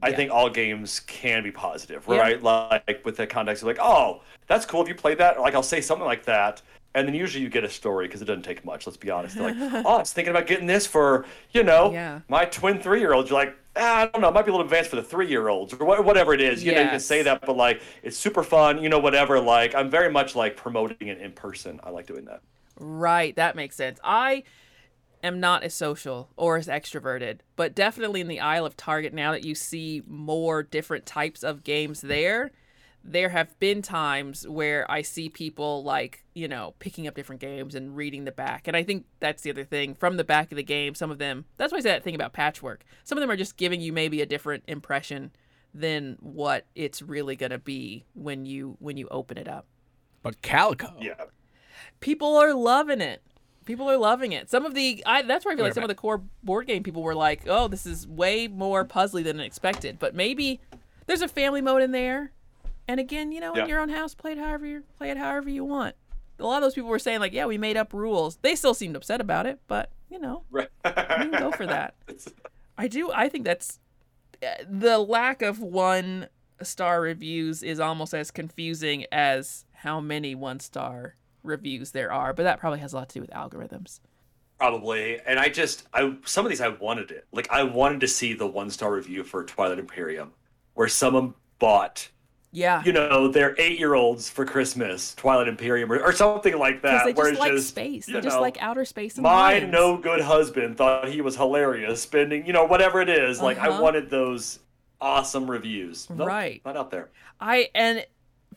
[SPEAKER 2] I
[SPEAKER 1] Yeah.
[SPEAKER 2] think all games can be positive,
[SPEAKER 1] Yeah.
[SPEAKER 2] right? Like with the context of like, oh, that's cool if you played that, or like I'll say something like that. And then usually you get a story because it doesn't take much. Let's be honest.
[SPEAKER 1] [LAUGHS]
[SPEAKER 2] They're like, oh, I was thinking about getting this for, you know,
[SPEAKER 1] Yeah.
[SPEAKER 2] my twin three year olds, you're like, ah, I don't know, it might be a little advanced for the three year olds or wha- whatever it is. You know, you can say
[SPEAKER 1] Yes.
[SPEAKER 2] that, but like, it's super fun, you know, whatever. Like, I'm very much like promoting it in person. I like doing that.
[SPEAKER 1] Right, that makes sense. I am not as social or as extroverted, but definitely in the aisle of Target now that you see more different types of games there, there have been times where I see people like, you know, picking up different games and reading the back. And I think that's the other thing. From the back of the game, some of them, that's why I said that thing about patchwork. Some of them are just giving you maybe a different impression than what it's really going to be when you when you open it up
[SPEAKER 3] But Calico.
[SPEAKER 2] Yeah.
[SPEAKER 1] people are loving it. People are loving it. Some of the I that's where I feel
[SPEAKER 3] Wait
[SPEAKER 1] like
[SPEAKER 3] a
[SPEAKER 1] some of the core board game people were like, "Oh, this is way more puzzly than expected." But maybe there's a family mode in there. And again, you know,
[SPEAKER 2] Yeah.
[SPEAKER 1] in your own house, play it however you play it however you want. A lot of those people were saying like, "Yeah, we made up rules." They still seemed upset about it, but you know,
[SPEAKER 2] Right.
[SPEAKER 1] you can go
[SPEAKER 2] [LAUGHS]
[SPEAKER 1] for that. I do. I think that's the lack of one star reviews is almost as confusing as how many one star reviews there are, but that probably has a lot to do with algorithms.
[SPEAKER 2] Probably. And I just, I some of these I wanted it. Like, I wanted to see the one star review for Twilight Imperium where someone bought,
[SPEAKER 1] Yeah,
[SPEAKER 2] you know, their eight year olds for Christmas, Twilight Imperium or, or something like
[SPEAKER 1] because
[SPEAKER 2] that.
[SPEAKER 1] they
[SPEAKER 2] where
[SPEAKER 1] just
[SPEAKER 2] it's
[SPEAKER 1] like
[SPEAKER 2] just,
[SPEAKER 1] space.
[SPEAKER 2] you
[SPEAKER 1] They just
[SPEAKER 2] know,
[SPEAKER 1] like outer space. And
[SPEAKER 2] my
[SPEAKER 1] lions.
[SPEAKER 2] no good husband thought he was hilarious spending you know whatever it is, like i
[SPEAKER 1] Uh-huh.
[SPEAKER 2] wanted those awesome reviews Nope,
[SPEAKER 1] Right.
[SPEAKER 2] not out there
[SPEAKER 1] I and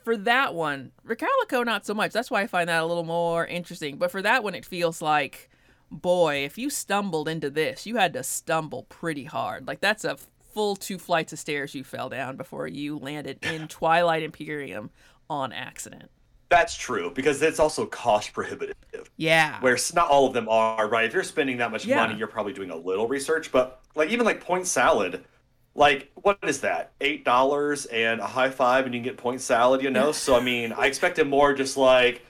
[SPEAKER 1] for that one, Recalico not so much. That's why I find that a little more interesting. But for that one, it feels like, boy, if you stumbled into this, you had to stumble pretty hard. Like that's a full two flights of stairs you fell down before you landed in Twilight Imperium on accident.
[SPEAKER 2] that's true because it's also cost prohibitive
[SPEAKER 1] Yeah.
[SPEAKER 2] where s- not all of them are right if you're spending that much
[SPEAKER 1] Yeah.
[SPEAKER 2] money you're probably doing a little research but like even like point salad like what is that eight dollars and a high five and you can get point salad you know so i mean i expected more just like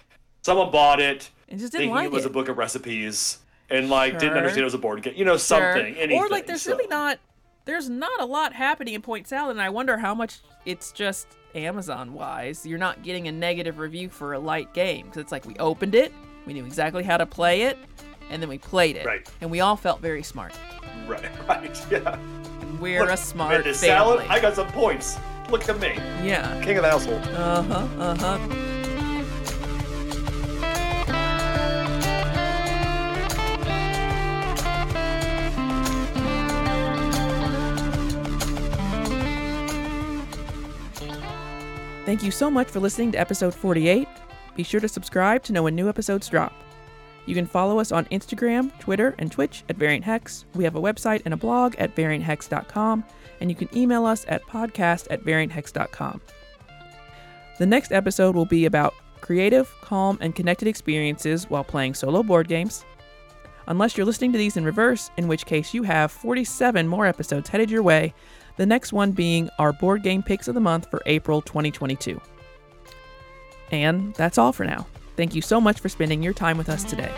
[SPEAKER 2] someone bought it
[SPEAKER 1] and just didn't
[SPEAKER 2] thinking
[SPEAKER 1] like
[SPEAKER 2] it was a book of recipes and like
[SPEAKER 1] Sure.
[SPEAKER 2] didn't understand it was a board game you know
[SPEAKER 1] Sure.
[SPEAKER 2] something anything,
[SPEAKER 1] or like there's
[SPEAKER 2] so.
[SPEAKER 1] really not there's not a lot happening in point salad and i wonder how much it's just amazon wise you're not getting a negative review for a light game because it's like we opened it we knew exactly how to play it and then we played it
[SPEAKER 2] Right.
[SPEAKER 1] and we all felt very smart
[SPEAKER 2] Right, [LAUGHS] right, yeah.
[SPEAKER 1] and we're
[SPEAKER 2] Look,
[SPEAKER 1] a smart
[SPEAKER 2] Made
[SPEAKER 1] family
[SPEAKER 2] this salad, I got some points. Look at me,
[SPEAKER 1] yeah
[SPEAKER 2] king of the household.
[SPEAKER 1] uh-huh uh-huh Thank you so much for listening to episode 48. Be sure to subscribe to know when new episodes drop. You can follow us on Instagram, Twitter, and Twitch at Variant Hex. We have a website and a blog at varianthex.com, and you can email us at podcast at varianthex.com. The next episode will be about creative, calm, and connected experiences while playing solo board games. Unless you're listening to these in reverse, in which case you have 47 more episodes headed your way, the next one being our board game picks of the month for April 2022. And that's all for now. Thank you so much for spending your time with us today.